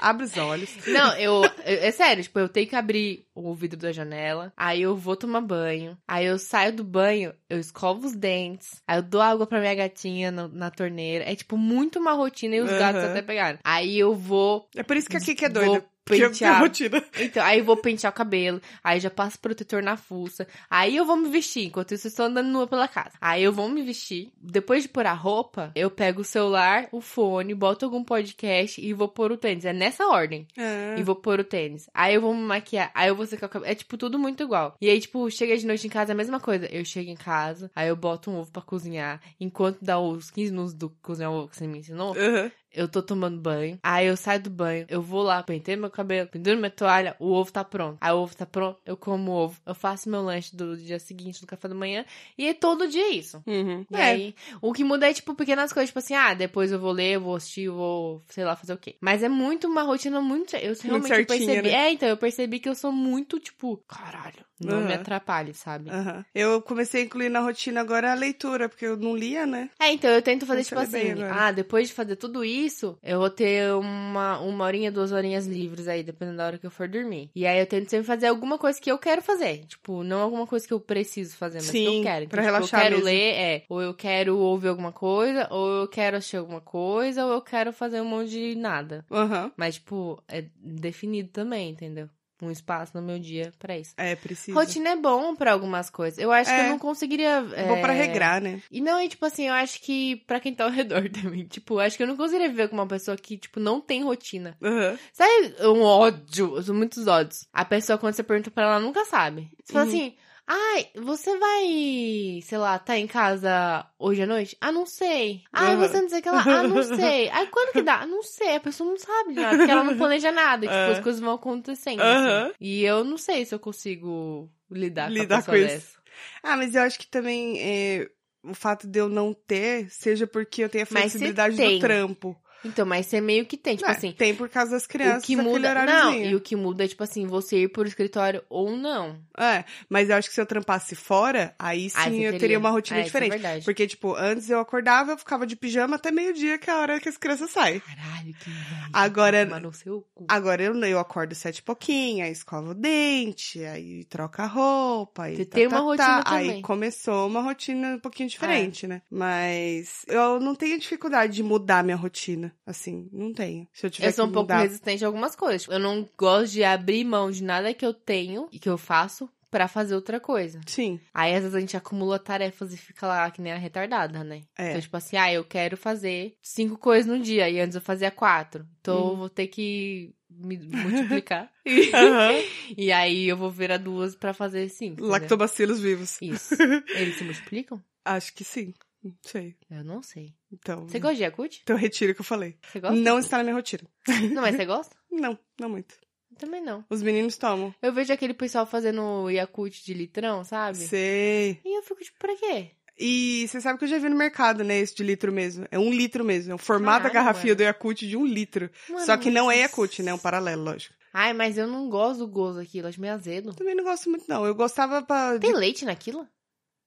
Abre os olhos. Não, eu. É é sério, tipo, eu tenho que abrir o vidro da janela, aí eu vou tomar banho, aí eu saio do banho, eu escovo os dentes, aí eu dou água pra minha gatinha no- na torneira. É, tipo, muito uma rotina e os gatos Aham. até pegaram. Aí eu vou. É por isso que aqui que é vou doido. Que é a minha pentear. rotina. Então, aí eu vou pentear o cabelo, aí já passo protetor na fuça, aí eu vou me vestir, enquanto isso eu estou andando nua pela casa. Aí eu vou me vestir, depois de pôr a roupa, eu pego o celular, o fone, boto algum podcast e vou pôr o tênis. É nessa ordem. É. E vou pôr o tênis. Aí eu vou me maquiar. Aí eu vou secar o cabelo. É tipo tudo muito igual. E aí, tipo, chega de noite em casa, é a mesma coisa. Eu chego em casa, aí eu boto um ovo pra cozinhar. Enquanto dá os 15 minutos do cozinhar o ovo que você me ensinou, Aham. eu tô tomando banho. Aí eu saio do banho, eu vou lá, pentei meu cabelo, penduro minha toalha, o ovo tá pronto. Aí o ovo tá pronto, eu como o ovo. Eu faço meu lanche do dia seguinte, do café da manhã. E é todo dia isso. Uhum. E É. aí, o que muda é, tipo, pequenas coisas, tipo assim, ah, depois eu vou ler, eu vou assistir, eu vou, sei lá, fazer o quê. Mas é muito uma rotina muito. Eu realmente certinha, percebi. né? É, então, eu percebi que eu sou muito, tipo, caralho, não Aham. me atrapalhe, sabe? Aham. Eu comecei a incluir na rotina agora a leitura, porque eu não lia, né? É, então eu tento fazer, Nossa, tipo ele é bem assim, agora. ah, depois de fazer tudo isso, eu vou ter uma, uma horinha, duas horinhas livres aí, dependendo da hora que eu for dormir. E aí eu tento sempre fazer alguma coisa que eu quero fazer. Tipo, não alguma coisa que eu preciso fazer, mas que Sim, eu quero. Então, pra tipo, relaxar Eu quero mesmo. ler, é. Ou eu quero ouvir alguma coisa, ou eu quero assistir alguma coisa, ou eu quero fazer um monte de nada. Aham. Mas, tipo, é definido também, entendeu? Um espaço no meu dia pra isso. É, preciso. Rotina é bom pra algumas coisas. Eu acho que É. eu não conseguiria. É bom pra é, regrar, né? e não, e tipo assim, eu acho que pra quem tá ao redor também, tipo, eu acho que eu não conseguiria viver com uma pessoa que, tipo, não tem rotina. Aham. Sabe um ódio, são muitos ódios. A pessoa, quando você pergunta pra ela, ela nunca sabe. Você fala Uhum. assim, ai, você vai, sei lá, tá em casa hoje à noite? Ah, não sei. Ai, Uhum. você não sei o que lá? Ah, não sei. Ai, quando que dá? Ah, não sei. A pessoa não sabe de nada, porque ela não planeja nada. e, Tipo, É. as coisas vão acontecendo. Aham. assim. E eu não sei se eu consigo lidar, Lidar com a pessoa com isso. dessa. Ah, mas eu acho que também é, o fato de eu não ter, seja porque eu tenho a Mas você flexibilidade do tem. trampo. Então, mas você meio que tem, tipo Não, assim, tem por causa das crianças, o que aquele muda não horáriozinho. e o que muda é tipo assim você ir por escritório ou não É, mas eu acho que se eu trampasse fora, aí sim Aí você eu teria, uma rotina É, isso diferente. é verdade. Porque, tipo, antes eu acordava, eu ficava de pijama até meio-dia, que é a hora que as crianças saem. caralho que inveja, Agora- tomar no seu cu. Agora eu, eu acordo sete e pouquinho, aí escovo o dente, aí troca a roupa, aí Você tá, tem tá, uma tá. rotina Aí também. É. começou uma rotina um pouquinho diferente, né? Mas eu não tenho dificuldade de mudar minha rotina, assim, não tenho. Se eu tiver eu sou que um pouco mudar... resistente a algumas coisas Tipo, eu não gosto de abrir mão de nada que eu tenho e que eu faço pra fazer outra coisa Sim, aí às vezes a gente acumula tarefas e fica lá que nem a retardada né é. Então, tipo assim, ah, eu quero fazer cinco coisas no dia e antes eu fazia quatro. Então, Uhum. eu vou ter que me multiplicar. Aham. e aí eu vou virar duas pra fazer cinco. entendeu? Lactobacilos vivos. Isso. Eles se multiplicam? Acho que sim. Não sei. Eu não sei. Então. Você gosta de Yakult? Então retiro o que eu falei. Você gosta? Não está na minha rotina. Não, mas você gosta? Não, não muito. Eu também não. Os meninos tomam. Eu vejo aquele pessoal fazendo Yakult de litrão, sabe? Sei. E eu fico tipo, pra quê? E você sabe que eu já vi no mercado, né? Esse de litro mesmo. É um litro mesmo. É o formato da Caralho, garrafinha mano. do Yakult de um litro. Mano, Só que não é mas- Yakult, né? É um paralelo, lógico. Ai, mas eu não gosto do gozo daquilo, acho meio azedo. Também não gosto muito, não. Eu gostava pra, de Tem leite naquilo?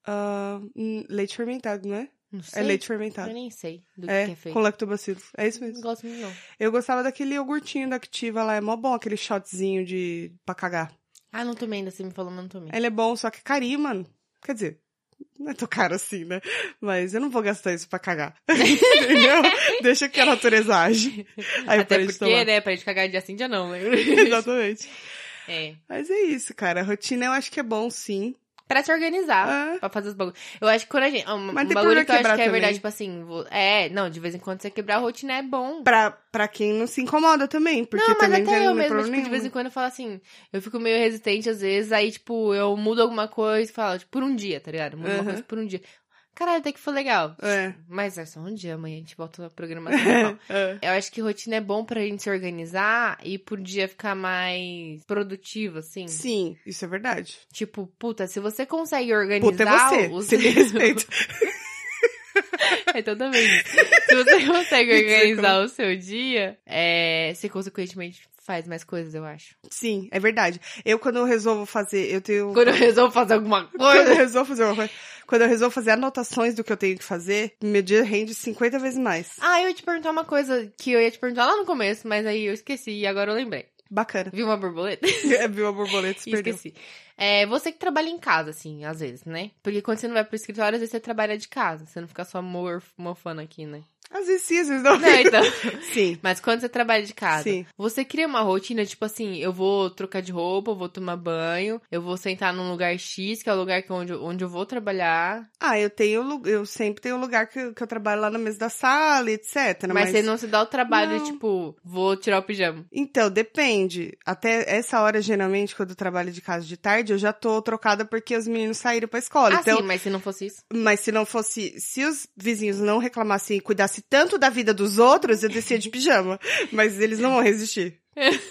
ah, hum, leite fermentado, não é? Não sei. É leite Eu fermentado. nem sei do que que É, é feito. com lactobacilos. É isso mesmo. Não gosto muito, não. Eu gostava daquele iogurtinho da Activa lá. É mó bom aquele shotzinho de... pra cagar. Ah, não tomei ainda, você me falou, mas não tomei. Ele é bom, só que é carinho, mano. Quer dizer, não é tão caro assim, né? Mas eu não vou gastar isso pra cagar. Entendeu? Deixa que a natureza age. Aí eu Até parei de porque, tomar. né, pra gente cagar dia sim, dia não, né? Exatamente. é. Mas é isso, cara. A rotina eu acho que é bom, sim. Pra se organizar. Ah, Pra fazer os bagulhos. Eu acho que quando a gente. Um, Mas um tem bagulho problema que eu acho que quebrar é também. verdade, tipo assim. vo- É, não, de vez em quando você quebrar a rotina é bom. pra, pra quem não se incomoda também, porque não, mas também até tem eu não tem mesma, problema tipo, nenhum. de vez em quando eu falo assim. Eu fico meio resistente às vezes, aí, tipo, eu mudo alguma coisa e falo, tipo, por um dia, tá ligado? Mudo uma Aham. coisa por um dia. Caralho, até que foi legal. É. Mas é só um dia, amanhã a gente volta a programação. normal. É. Eu acho que rotina é bom pra gente se organizar e por dia ficar mais produtivo, assim. Sim, isso é verdade. Tipo, puta, se você consegue Puta, é organizar você. os Você me respeita. É, então também. Se você consegue organizar Ridículo. o seu dia, é, você consequentemente faz mais coisas, eu acho. Sim, é verdade. Eu, quando eu resolvo fazer, eu tenho. Quando eu resolvo fazer alguma Quando eu coisa. resolvo fazer uma coisa. Quando eu resolvo fazer anotações do que eu tenho que fazer, meu dia rende 50 vezes mais. Ah, eu ia te perguntar uma coisa que eu ia te perguntar lá no começo, mas aí eu esqueci e agora eu lembrei. Bacana. Viu uma borboleta? É, Viu a borboleta, se E perdeu. esqueci. É, você que trabalha em casa, assim, às vezes, né? Porque quando você não vai pro escritório, às vezes você trabalha de casa. Você não fica só mor- mofando aqui, né? Às vezes sim, às vezes não. Não, então. Sim. Mas quando você trabalha de casa, Sim. você cria uma rotina, tipo assim, eu vou trocar de roupa, eu vou tomar banho, eu vou sentar num lugar X, que é o lugar que onde, eu- onde eu vou trabalhar. Ah, eu tenho, lu- eu sempre tenho um lugar que, eu- que eu trabalho lá na mesa da sala, etc. Mas, Mas, você não se dá o trabalho, Não. tipo, vou tirar o pijama. Então, depende. Até essa hora, geralmente, quando eu trabalho de casa de tarde, eu já tô trocada porque os meninos saíram pra escola. ah, então, sim, mas se não fosse isso. mas se não fosse, se os vizinhos não reclamassem e cuidassem tanto da vida dos outros, eu descia de pijama. Mas eles não vão resistir.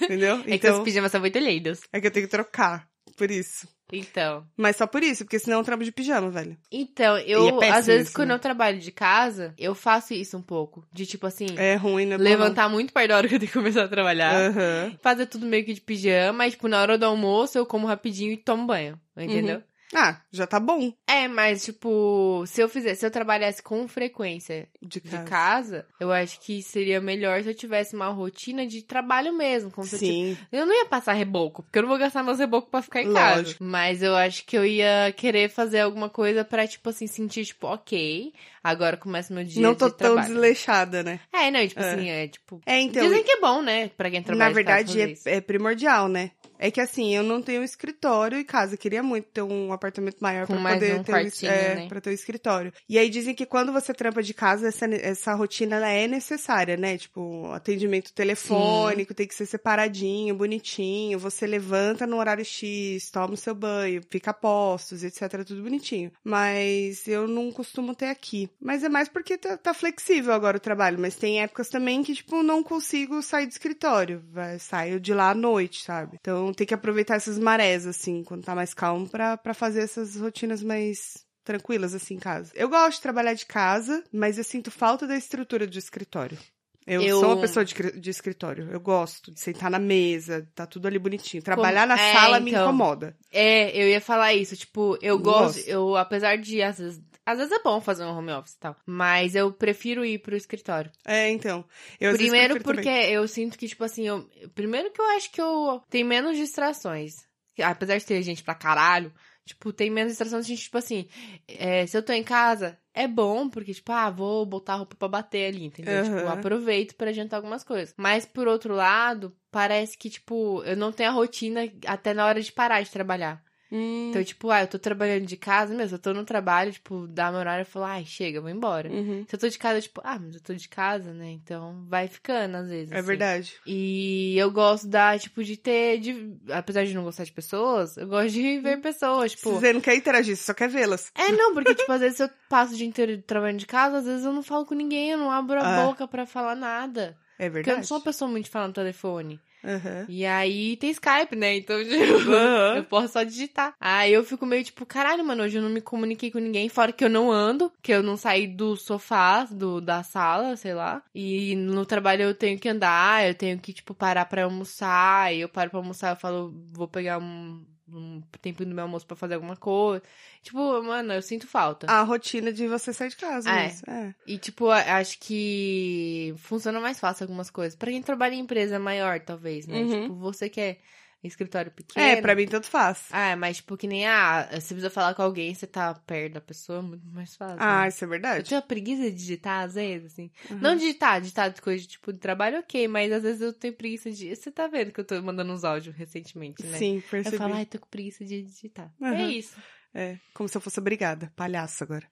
Entendeu? É que os Então, pijamas são muito lindos. é que eu tenho que trocar. Por isso. Então. Mas só por isso, porque senão eu trampo de pijama, velho. Então, E é eu, péssimo às vezes, isso, quando né? eu trabalho de casa, eu faço isso um pouco. De tipo assim, É ruim, né? levantar muito perto da hora que eu tenho que começar a trabalhar. Aham. fazer tudo meio que de pijama, e, tipo, na hora do almoço eu como rapidinho e tomo banho, entendeu? Ah, já tá bom. É, mas, tipo, se eu fizesse, se eu trabalhasse com frequência De de casa. casa, eu acho que seria melhor se eu tivesse uma rotina de trabalho mesmo. Como se eu tivesse- Sim. eu não ia passar reboco, porque eu não vou gastar meus rebocos pra ficar em casa. Lógico. Mas eu acho que eu ia querer fazer alguma coisa pra, tipo assim, sentir, tipo, ok, agora começa meu dia não de tô tão trabalho. desleixada, né? É, não, tipo É. assim, é tipo... É, então. Dizem que é bom, né, pra quem trabalha Na de casa verdade, fazer isso. é, é primordial, né? É que assim, eu não tenho escritório e casa. Eu queria muito ter um apartamento maior Com pra mais poder um ter quartinho, um, é, né? pra ter um escritório. E aí dizem que quando você trampa de casa, essa, ne- essa rotina ela é necessária, né? Tipo, atendimento telefônico tem que ser separadinho, bonitinho. Você levanta no horário X, toma o seu banho, fica a postos, etc. Tudo bonitinho. Mas eu não costumo ter aqui. Mas é mais porque tá, tá flexível agora o trabalho. Mas tem épocas também que, tipo, não consigo sair do escritório. Vai- Saio de lá à noite, sabe? Então tem que aproveitar essas marés, assim, quando tá mais calmo, pra, pra fazer essas rotinas mais tranquilas, assim, em casa. Eu gosto de trabalhar de casa, mas eu sinto falta da estrutura do escritório. Eu, Eu- sou uma pessoa de, cri- de escritório. Eu gosto de sentar na mesa, tá tudo ali bonitinho. Como- Trabalhar na É, sala me então. incomoda. É, eu ia falar isso, tipo, eu gosto, Gosto. eu, apesar de, às vezes, às vezes é bom fazer um home office e tal, mas eu prefiro ir pro escritório. É, então. Eu, às vezes, primeiro prefiro porque também. eu sinto que, tipo assim, eu, primeiro que eu acho que eu tenho menos distrações, apesar de ter gente pra caralho, tipo, tem menos distrações, gente, tipo assim, é, se eu tô em casa, é bom, porque, tipo, ah, vou botar a roupa pra bater ali, entendeu? Tipo, eu Aham. aproveito pra adiantar algumas coisas. Mas, por outro lado, parece que, tipo, eu não tenho a rotina até na hora de parar de trabalhar. Hum, Então, tipo, ah, eu tô trabalhando de casa mesmo, eu tô no trabalho, tipo, dá meu horário e falo, ai, chega, eu vou embora. uhum. Se eu tô de casa, tipo, ah, mas eu tô de casa, né? Então vai ficando às vezes. É assim. verdade. E eu gosto da, tipo, de ter. De... Apesar de não gostar de pessoas, eu gosto de ver pessoas, tipo. Você não quer interagir, você só quer vê-las. É, não, porque, tipo, às vezes eu passo o dia inteiro trabalhando de casa, às vezes eu não falo com ninguém, eu não abro a Ah. boca pra falar nada. É Porque eu não verdade. sou uma pessoa muito de falar no telefone. Aham. E aí tem Skype, né? Então, tipo, Aham. eu posso só digitar. Aí eu fico meio tipo, caralho, mano, hoje eu não me comuniquei com ninguém, fora que eu não ando, que eu não saí do sofá, do, da sala, sei lá. E no trabalho eu tenho que andar, eu tenho que, tipo, parar pra almoçar. E eu paro pra almoçar, eu falo, vou pegar um, um tempo do meu almoço pra fazer alguma coisa. Tipo, mano, eu sinto falta. A rotina de você sair de casa. Ah, é. isso, é. E, tipo, a- acho que funciona mais fácil algumas coisas. Pra quem trabalha em empresa maior, talvez, né? Uhum. Tipo, você quer escritório pequeno. É, pra mim tanto faz. Ah, é, mas tipo, que nem ah, você precisa falar com alguém, você tá perto da pessoa, é muito mais fácil. Ah, né? isso é Eu verdade. tinha preguiça de digitar, às vezes, assim. Uhum. Não digitar, digitar de coisa de tipo de trabalho, ok, mas às vezes eu tenho preguiça de. Você tá vendo que eu tô mandando uns áudios recentemente, né? Sim, Eu percebi. falo, ai, tô com preguiça de digitar. É Uhum. isso. É, como se eu fosse obrigada. Palhaço agora.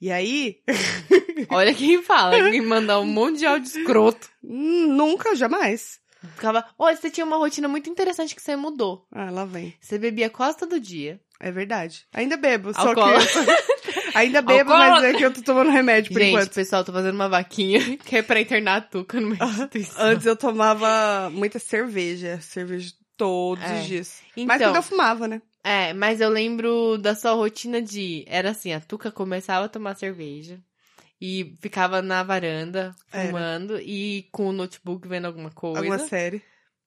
E aí, Olha quem fala, quem mandar um monte de áudio escroto. hum, nunca, jamais. Ficava. Olha, você tinha uma rotina muito interessante que você mudou. Ah, lá vem. Você bebia quase todo dia. É verdade. Ainda bebo, só Alcoólatra. que... Ainda bebo, mas é que eu tô tomando remédio por Gente, enquanto. pessoal, tô fazendo uma vaquinha que é pra internar a Tuca no meu instituição. Antes eu tomava muita cerveja. Cerveja todos É. os dias. Então, Mas quando eu fumava, né? É, mas eu lembro da sua rotina de. Era assim, a Tuca começava a tomar cerveja e ficava na varanda Era. fumando e com o notebook vendo alguma coisa. Alguma série.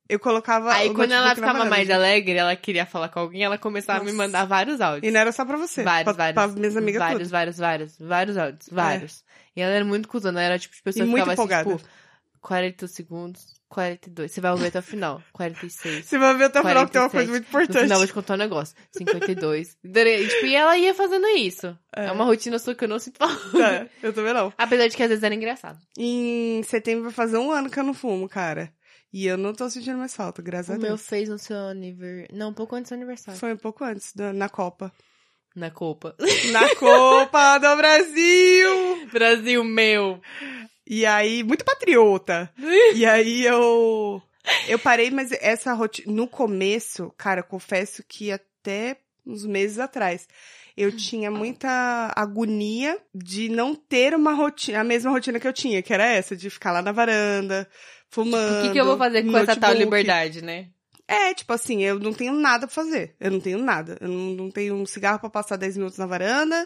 Eu colocava Aí o quando ela notebook na ficava varanda. mais alegre, ela queria falar com alguém, ela começava a me Nossa. mandar vários áudios. E não era só pra você. Vários, pra, vários. Pra minhas amigas vários, todas. É. vários, vários, vários áudios, vários. E ela era muito cuzona, ela era tipo de pessoa E que muito ficava assim, empolgada. tipo, 40 segundos, 42. Você vai ouvir até o final. 46. Você vai ver até o final que tem uma 47. coisa muito No final, eu vou importante. te contar um negócio. 52. E, tipo, e ela ia fazendo isso. É, uma rotina sua que eu não sinto falta. Tá, eu também não. Apesar de que às vezes era engraçado. Em setembro vai fazer um ano que eu não fumo, cara. E eu não tô sentindo mais falta, graças a o meu Deus. fez no seu aniversário. Não, um pouco antes do aniversário. Foi um pouco antes, da- na Copa. Na Copa. Na Copa do Brasil! Brasil meu. E aí, muito patriota. E aí eu. Eu parei, mas essa rotina. No começo, cara, eu confesso que até uns meses atrás. Eu tinha muita agonia de não ter uma rotina, a mesma rotina que eu tinha, que era essa, de ficar lá na varanda, fumando. Tipo, O que, que eu vou fazer com essa tal notebook. liberdade, né? É, tipo assim, eu não tenho nada pra fazer. Eu não tenho nada. Eu não, não tenho um cigarro pra passar 10 minutos na varanda.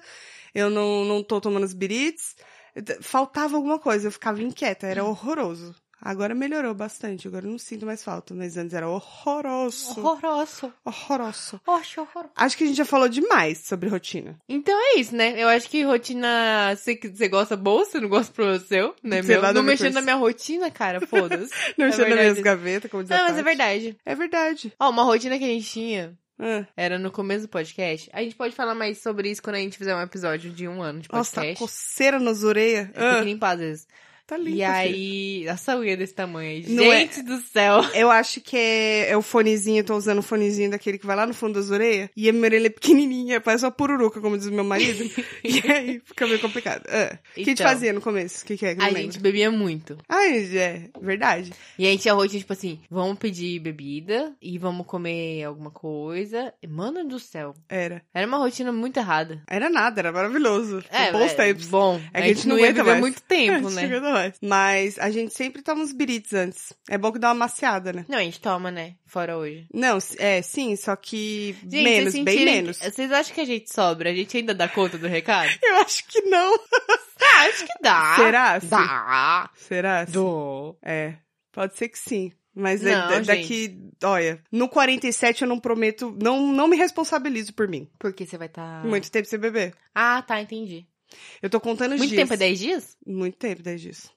Eu não, não tô tomando os birites. Faltava alguma coisa, eu ficava inquieta, era horroroso. Agora melhorou bastante, agora eu não sinto mais falta, mas antes era horroroso. Horroroso. Horroroso. Oxe, horroroso. Acho que a gente já falou demais sobre rotina. Então é isso, né? Eu acho que rotina. Você você gosta boa, você não gosta pro seu, né? Sei Meu? lá, nada a ver Não com mexendo na isso. minha rotina, cara, foda-se. Não mexendo É nas verdade. minhas gavetas, como diz a não, mas é Tati. verdade. É verdade. Ó, uma rotina que a gente tinha Ah, era no começo do podcast. A gente pode falar mais sobre isso quando a gente fizer um episódio de um ano de nossa, podcast. coceira nas orelhas. Eu tenho Ah, que limpar às vezes. tá lindo. e aí, essa unha desse tamanho. Não é- gente do céu. Eu acho que é, é o fonezinho, eu tô usando o fonezinho daquele que vai lá no fundo das orelhas. E a minha orelha é pequenininha, parece uma pururuca, como diz o meu marido. e aí fica meio complicado. Ah, O que a gente Então, fazia no começo? O que, que é? Que eu A não gente lembro. bebia muito. Ah, é verdade. E a gente tinha rotina, tipo assim, vamos pedir bebida e vamos comer alguma coisa. E, Mano do céu. Era. Era uma rotina muito errada. Era nada, era maravilhoso. É, bons é tempos. Bom, que a, gente não aguenta ia viver mais. muito A tempo, gente né? chega da hora. Mas a gente sempre toma uns birites antes. É bom que dá uma maciada, né? Não, a gente toma, né? Fora hoje. Não, é, sim, só que Gente, menos, vocês bem sentirem- menos. Vocês acham que a gente sobra? A gente ainda dá conta do recado? Eu acho que não. ah, acho que dá. Será? Dá. Será? Dó. É, pode ser que sim. Mas Não, é- da- gente. daqui, olha, no 47 eu não prometo, não, não me responsabilizo por mim. Porque você vai estar... Muito tempo sem beber. Ah, tá, entendi. Eu tô contando os Muito dias. tempo é 10 dias? Muito tempo, 10 dias.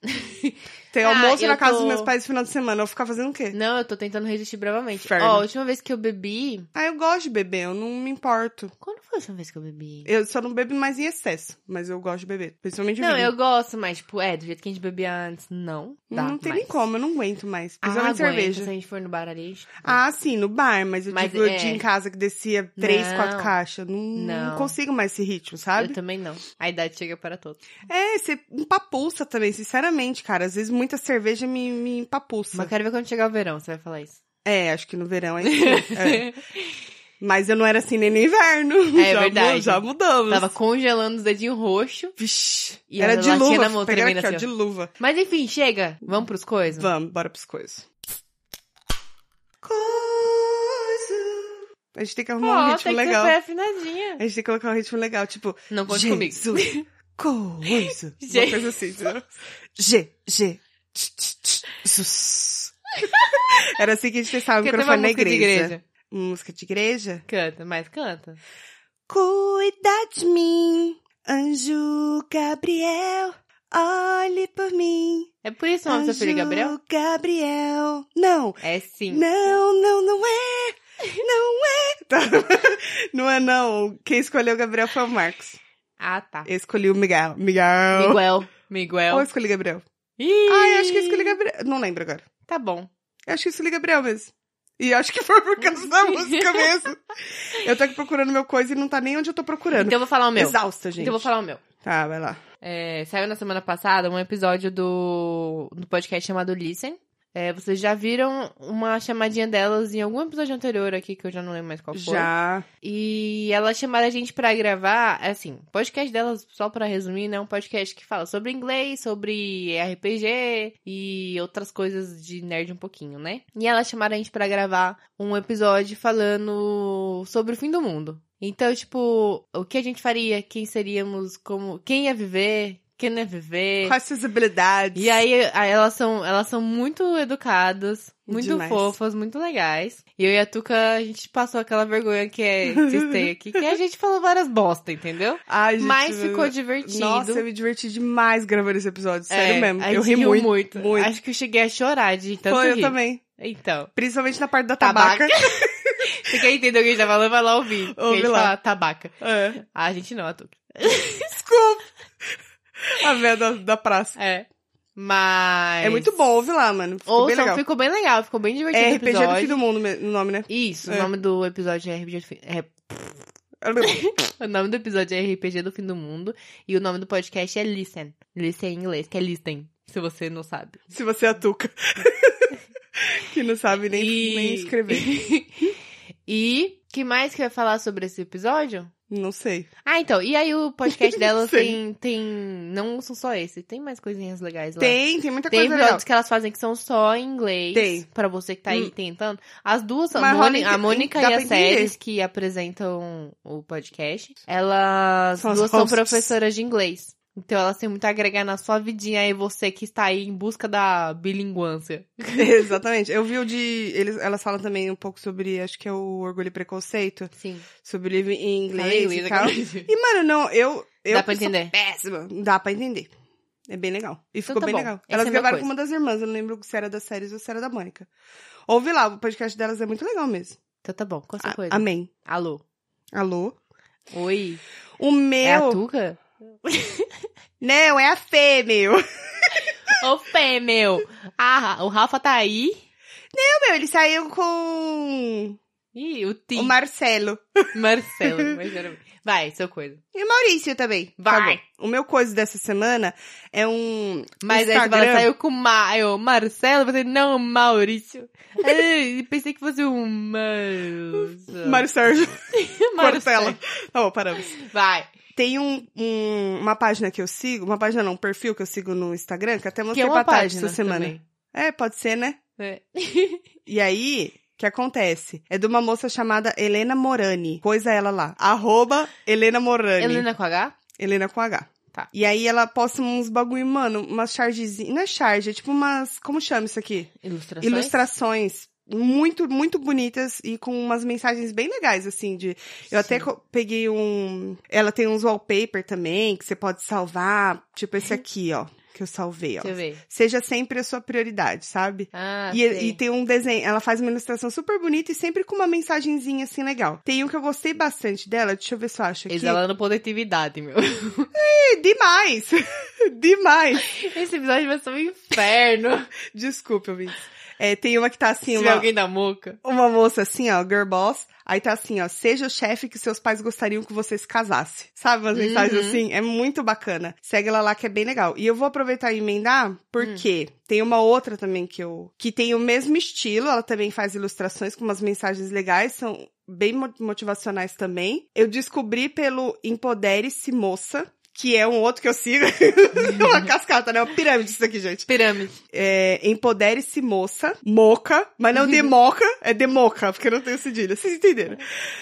Tem Ah, almoço eu na casa tô- dos Hum. meus pais no final de semana, eu vou ficar fazendo o quê? Não, eu tô tentando resistir bravamente. Ó, Inferno. a última vez que eu bebi... Ah, eu gosto de beber, eu não me importo. Quando foi a última vez que eu bebi? Eu só não bebo mais em excesso, mas eu gosto de beber, principalmente Não, vinho. eu gosto, mas, tipo, é, do jeito que a gente bebia antes, não dá Não tem mais. nem como, eu não aguento mais. Ah, Principalmente aguenta, cerveja. se a gente for no bar ali, a gente- Ah, sim, no bar, mas eu Mas, digo, eu é. tinha em casa que descia três, Não. quatro caixas. Não, não Não. consigo mais esse ritmo, sabe? Eu também não. A idade chega para todos. É, você empapuça também, sinceramente, cara. Às vezes muita cerveja me, me empapuça. Mas quero ver quando chegar o verão, você vai falar isso. É, acho que no verão é assim. é. Mas eu não era assim nem no inverno. É já mu- verdade. já mudamos. Tava congelando os dedinhos roxos. Vixe, E era ela de lá cheia na luva. mão, Pegaram tremendo aqui, ó, de assim, luva. Mas enfim, chega. Vamos pros coisas? Vamos, bora pros coisas. Coisa. A gente tem que arrumar um Ó, ritmo tem legal. que ser afinadinha. A gente tem que colocar um ritmo legal, tipo... Não conte comigo. Jesus, coisa. Uma Je- coisa assim, entendeu? G, G, tch, tch, tch, sus. Era assim que a gente testava o Porque tem microfone na música de igreja. Música de igreja? Canta, mas canta. Cuida de mim, anjo Gabriel, olhe por mim. É por isso o nome da sua filha, Gabriel? Gabriel. Não, É sim. não, não, não é. Não é. Tá. Não é não. Quem escolheu o Gabriel foi o Marcos. Ah, tá. Eu escolhi o Miguel. Miguel. Miguel. Ou eu Miguel. escolhi Gabriel? Ih, Ai, acho que eu escolhi Gabriel. Não lembro agora. Tá bom. Eu acho que eu escolhi Gabriel mesmo. E acho que foi por causa da música mesmo. Eu tô aqui procurando meu coisa e não tá nem onde eu tô procurando. Então eu vou falar o meu. Exausta, gente. Então eu vou falar o meu. Tá, vai lá. É, saiu na semana passada um episódio do, do podcast chamado Listen. É, vocês já viram uma chamadinha delas em algum episódio anterior aqui, que eu já não lembro mais qual foi. Já. E elas chamaram a gente pra gravar, assim, podcast delas, só pra resumir, né? Um podcast que fala sobre inglês, sobre RPG e outras coisas de nerd um pouquinho, né? E elas chamaram a gente pra gravar um episódio falando sobre o fim do mundo. Então, tipo, o que a gente faria, quem seríamos, como, quem ia viver, quem não é viver. Com essas habilidades. E aí, aí elas são, elas são muito educadas, muito Demais. fofas, muito legais. E eu e a Tuca, a gente passou aquela vergonha que é vocês têm aqui, que a gente falou várias bosta, entendeu? Ai, gente, Mas meu- ficou divertido. Nossa, eu me diverti demais gravando esse episódio, É, sério mesmo. a gente Eu ri riu muito. muito. Acho que eu cheguei a chorar de tanto Foi, eu rir. também. Então, Principalmente na parte da Tabaca. tabaca. se quer entender o que a gente tá falando, vai lá ouvir. Porque Ouve a gente lá. fala tabaca. É. Ah, a gente não, a Tuca. Desculpa. A merda da praça. É. Mas... É muito bom, ouve lá, mano. Ficou bem Ouçam, legal. ficou bem legal, ficou bem divertido É o RPG do episódio. fim do mundo me- no nome, né? Isso, É. o nome do episódio é RPG do fim... é, O nome do episódio é RPG do Fim do Mundo. E o nome do podcast é Listen. Listen em inglês, que é Listen, se você não sabe. Se você é a Tuca. que não sabe nem, E- nem escrever. e que mais que eu ia falar sobre esse episódio? Não sei. Ah, então. E aí o podcast delas Sei. tem, tem. Não são só esse, tem mais coisinhas legais lá. Tem, tem muita Tem coisa legal. produtos que elas fazem que são só em inglês. Tem. Pra você que tá aí Hum. tentando. As duas são. Mas rola Moni- em- a Mônica dá e pra a entender. Séries, que apresentam o podcast, elas São as duas são hosts. professoras de inglês. Então elas têm muito a agregar na sua vidinha aí, você que está aí em busca da bilinguância. Exatamente. Eu vi o de. Eles, elas falam também um pouco sobre, acho que é o Orgulho e Preconceito, Sim. sobre o livro em Fala inglês. em e, inglês tal. agora. e, mano, não, eu. eu Dá pra sou entender. Péssima. Dá pra entender. É bem legal. E ficou tá bem bom. legal. Essa é a Elas minha gravaram coisa. com uma das irmãs, eu não lembro se era das séries ou se era da Mônica. Ouve lá, o podcast delas é muito legal mesmo. Então tá bom, qual a sua A- coisa? Amém. Alô? Alô? Oi? O É a meu. Tuca? não, é a Fê, meu. Ô, Fê, meu! Ah, o Rafa tá aí. Não, meu, ele saiu com Ih, o Tim. o Marcelo. Marcelo. mas era- Vai, sua coisa. E o Maurício também. Vai. Tá bom. O meu coisa dessa semana é um. Mas aí você Instagram. fala, saiu com o Ma... eu, Marcelo, você não, Maurício. Ai, pensei que fosse um Marcelo. Mário Sérgio Cortella. Marcelo. Tá bom, paramos. Vai. Tem um, um- uma página que eu sigo, uma página não, um perfil que eu sigo no Instagram, que até Que mostrei é pra uma Tati página essa semana. também. É, pode ser, né? É. E aí, o que acontece? É de uma moça chamada Helena Morani. Coisa ela lá. Arroba Helena Morani. Helena com H? Helena com H. Tá. E aí ela posta uns bagulho, mano, umas chargezinhas. Não é charge, é tipo umas. Como chama isso aqui? Ilustrações? Ilustrações. Muito, muito bonitas e com umas mensagens bem legais, assim, de. Eu até Sim. co- peguei um. Ela tem uns wallpaper também, que você pode salvar. Tipo esse aqui, ó. Que eu salvei, ó. Uhum. Deixa eu ver. Seja sempre a sua prioridade, sabe? Ah, E, sei. e tem um desenho, ela faz uma ilustração super bonita e sempre com uma mensagenzinha assim legal. Tem um que eu gostei bastante dela, deixa eu ver se eu acho aqui. Exalando produtividade, meu. É, demais! demais! Esse episódio vai ser um inferno. Desculpa, ouvintes. É, tem uma que tá assim, Se tiver uma, alguém na moca. uma moça assim, ó, girl boss. Aí tá assim, ó, seja o chefe que seus pais gostariam que você se casasse. Sabe umas Uhum. mensagens assim? É muito bacana. Segue ela lá que é bem legal. E eu vou aproveitar e emendar, porque tem uma outra também que eu... Que tem o mesmo estilo, ela também faz ilustrações com umas mensagens legais, são bem mo- motivacionais também. Eu descobri pelo Empodere-se Moça, que é um outro que eu sigo. é uma cascata, né? É uma pirâmide isso aqui, gente. Pirâmide. É, Empodere-se moça, moca, mas não de moca, é de moca, porque eu não tenho cedilha, vocês entenderam.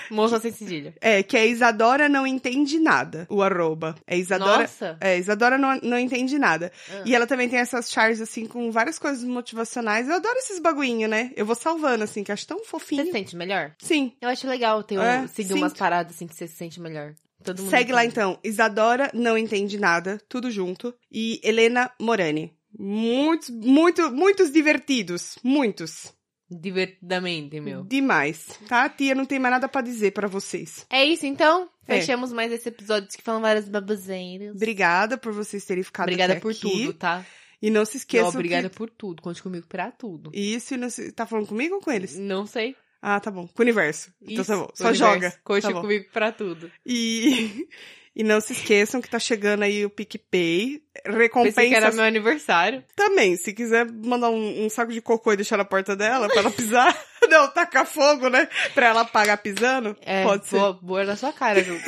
Moça sem cedilha. É, que é Isadora não entende nada, o arroba. É Isadora... Nossa. É, Isadora não, não entende nada. Ah. É, E ela também tem essas charges, assim, com várias coisas motivacionais. Eu adoro esses bagulhinhos, né? Eu vou salvando, assim, que eu acho tão Você se fofinho. sente melhor? Sim. Eu acho legal ter um, É, seguir sinto. umas paradas assim que você se sente melhor. Todo mundo Segue lá entende. então. Isadora não entende nada, tudo junto. E Helena Morani. Muitos, muito, muitos divertidos. Muitos. Divertidamente, meu. Demais. Tá, tia? Não tem mais nada pra dizer pra vocês. É isso então. É. Fechamos mais esse episódio que falam várias baboseiras. Obrigada por vocês terem ficado Obrigada até por aqui. tudo, tá? E não se Eu, esqueçam obrigada por tudo. Conte comigo pra tudo. que... Isso, e não se... Tá falando comigo ou com eles? Não sei. Ah, tá bom. Com o universo. Então Isso, tá bom. Só universo. joga. Conte Tá bom. comigo pra tudo. E... e não se esqueçam que tá chegando aí o PicPay. É, Pensei que era Recompensas meu aniversário. Também, se quiser mandar um, um saco de cocô e deixar na porta dela pra ela pisar. Não, tacar fogo, né? Pra ela apagar pisando. É, Pode ser. Boa, boa na sua cara, viu?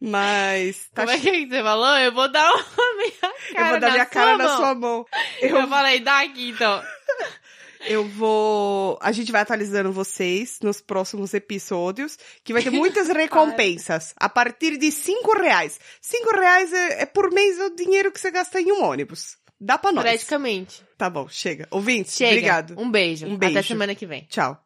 Mas. Tá Como é que você falou? Eu vou dar uma minha che- cara eu vou dar na minha sua cara na mão. sua mão. Eu Eu, falei, dá aqui então. Eu vou. A gente vai atualizando vocês nos próximos episódios, que vai ter muitas recompensas. A partir de cinco reais. Cinco reais é, é por mês o dinheiro que você gasta em um ônibus. Dá pra nós. Praticamente. Tá bom, chega. Ouvintes, Chega. obrigado. Um beijo. Um beijo. Até semana que vem. Tchau.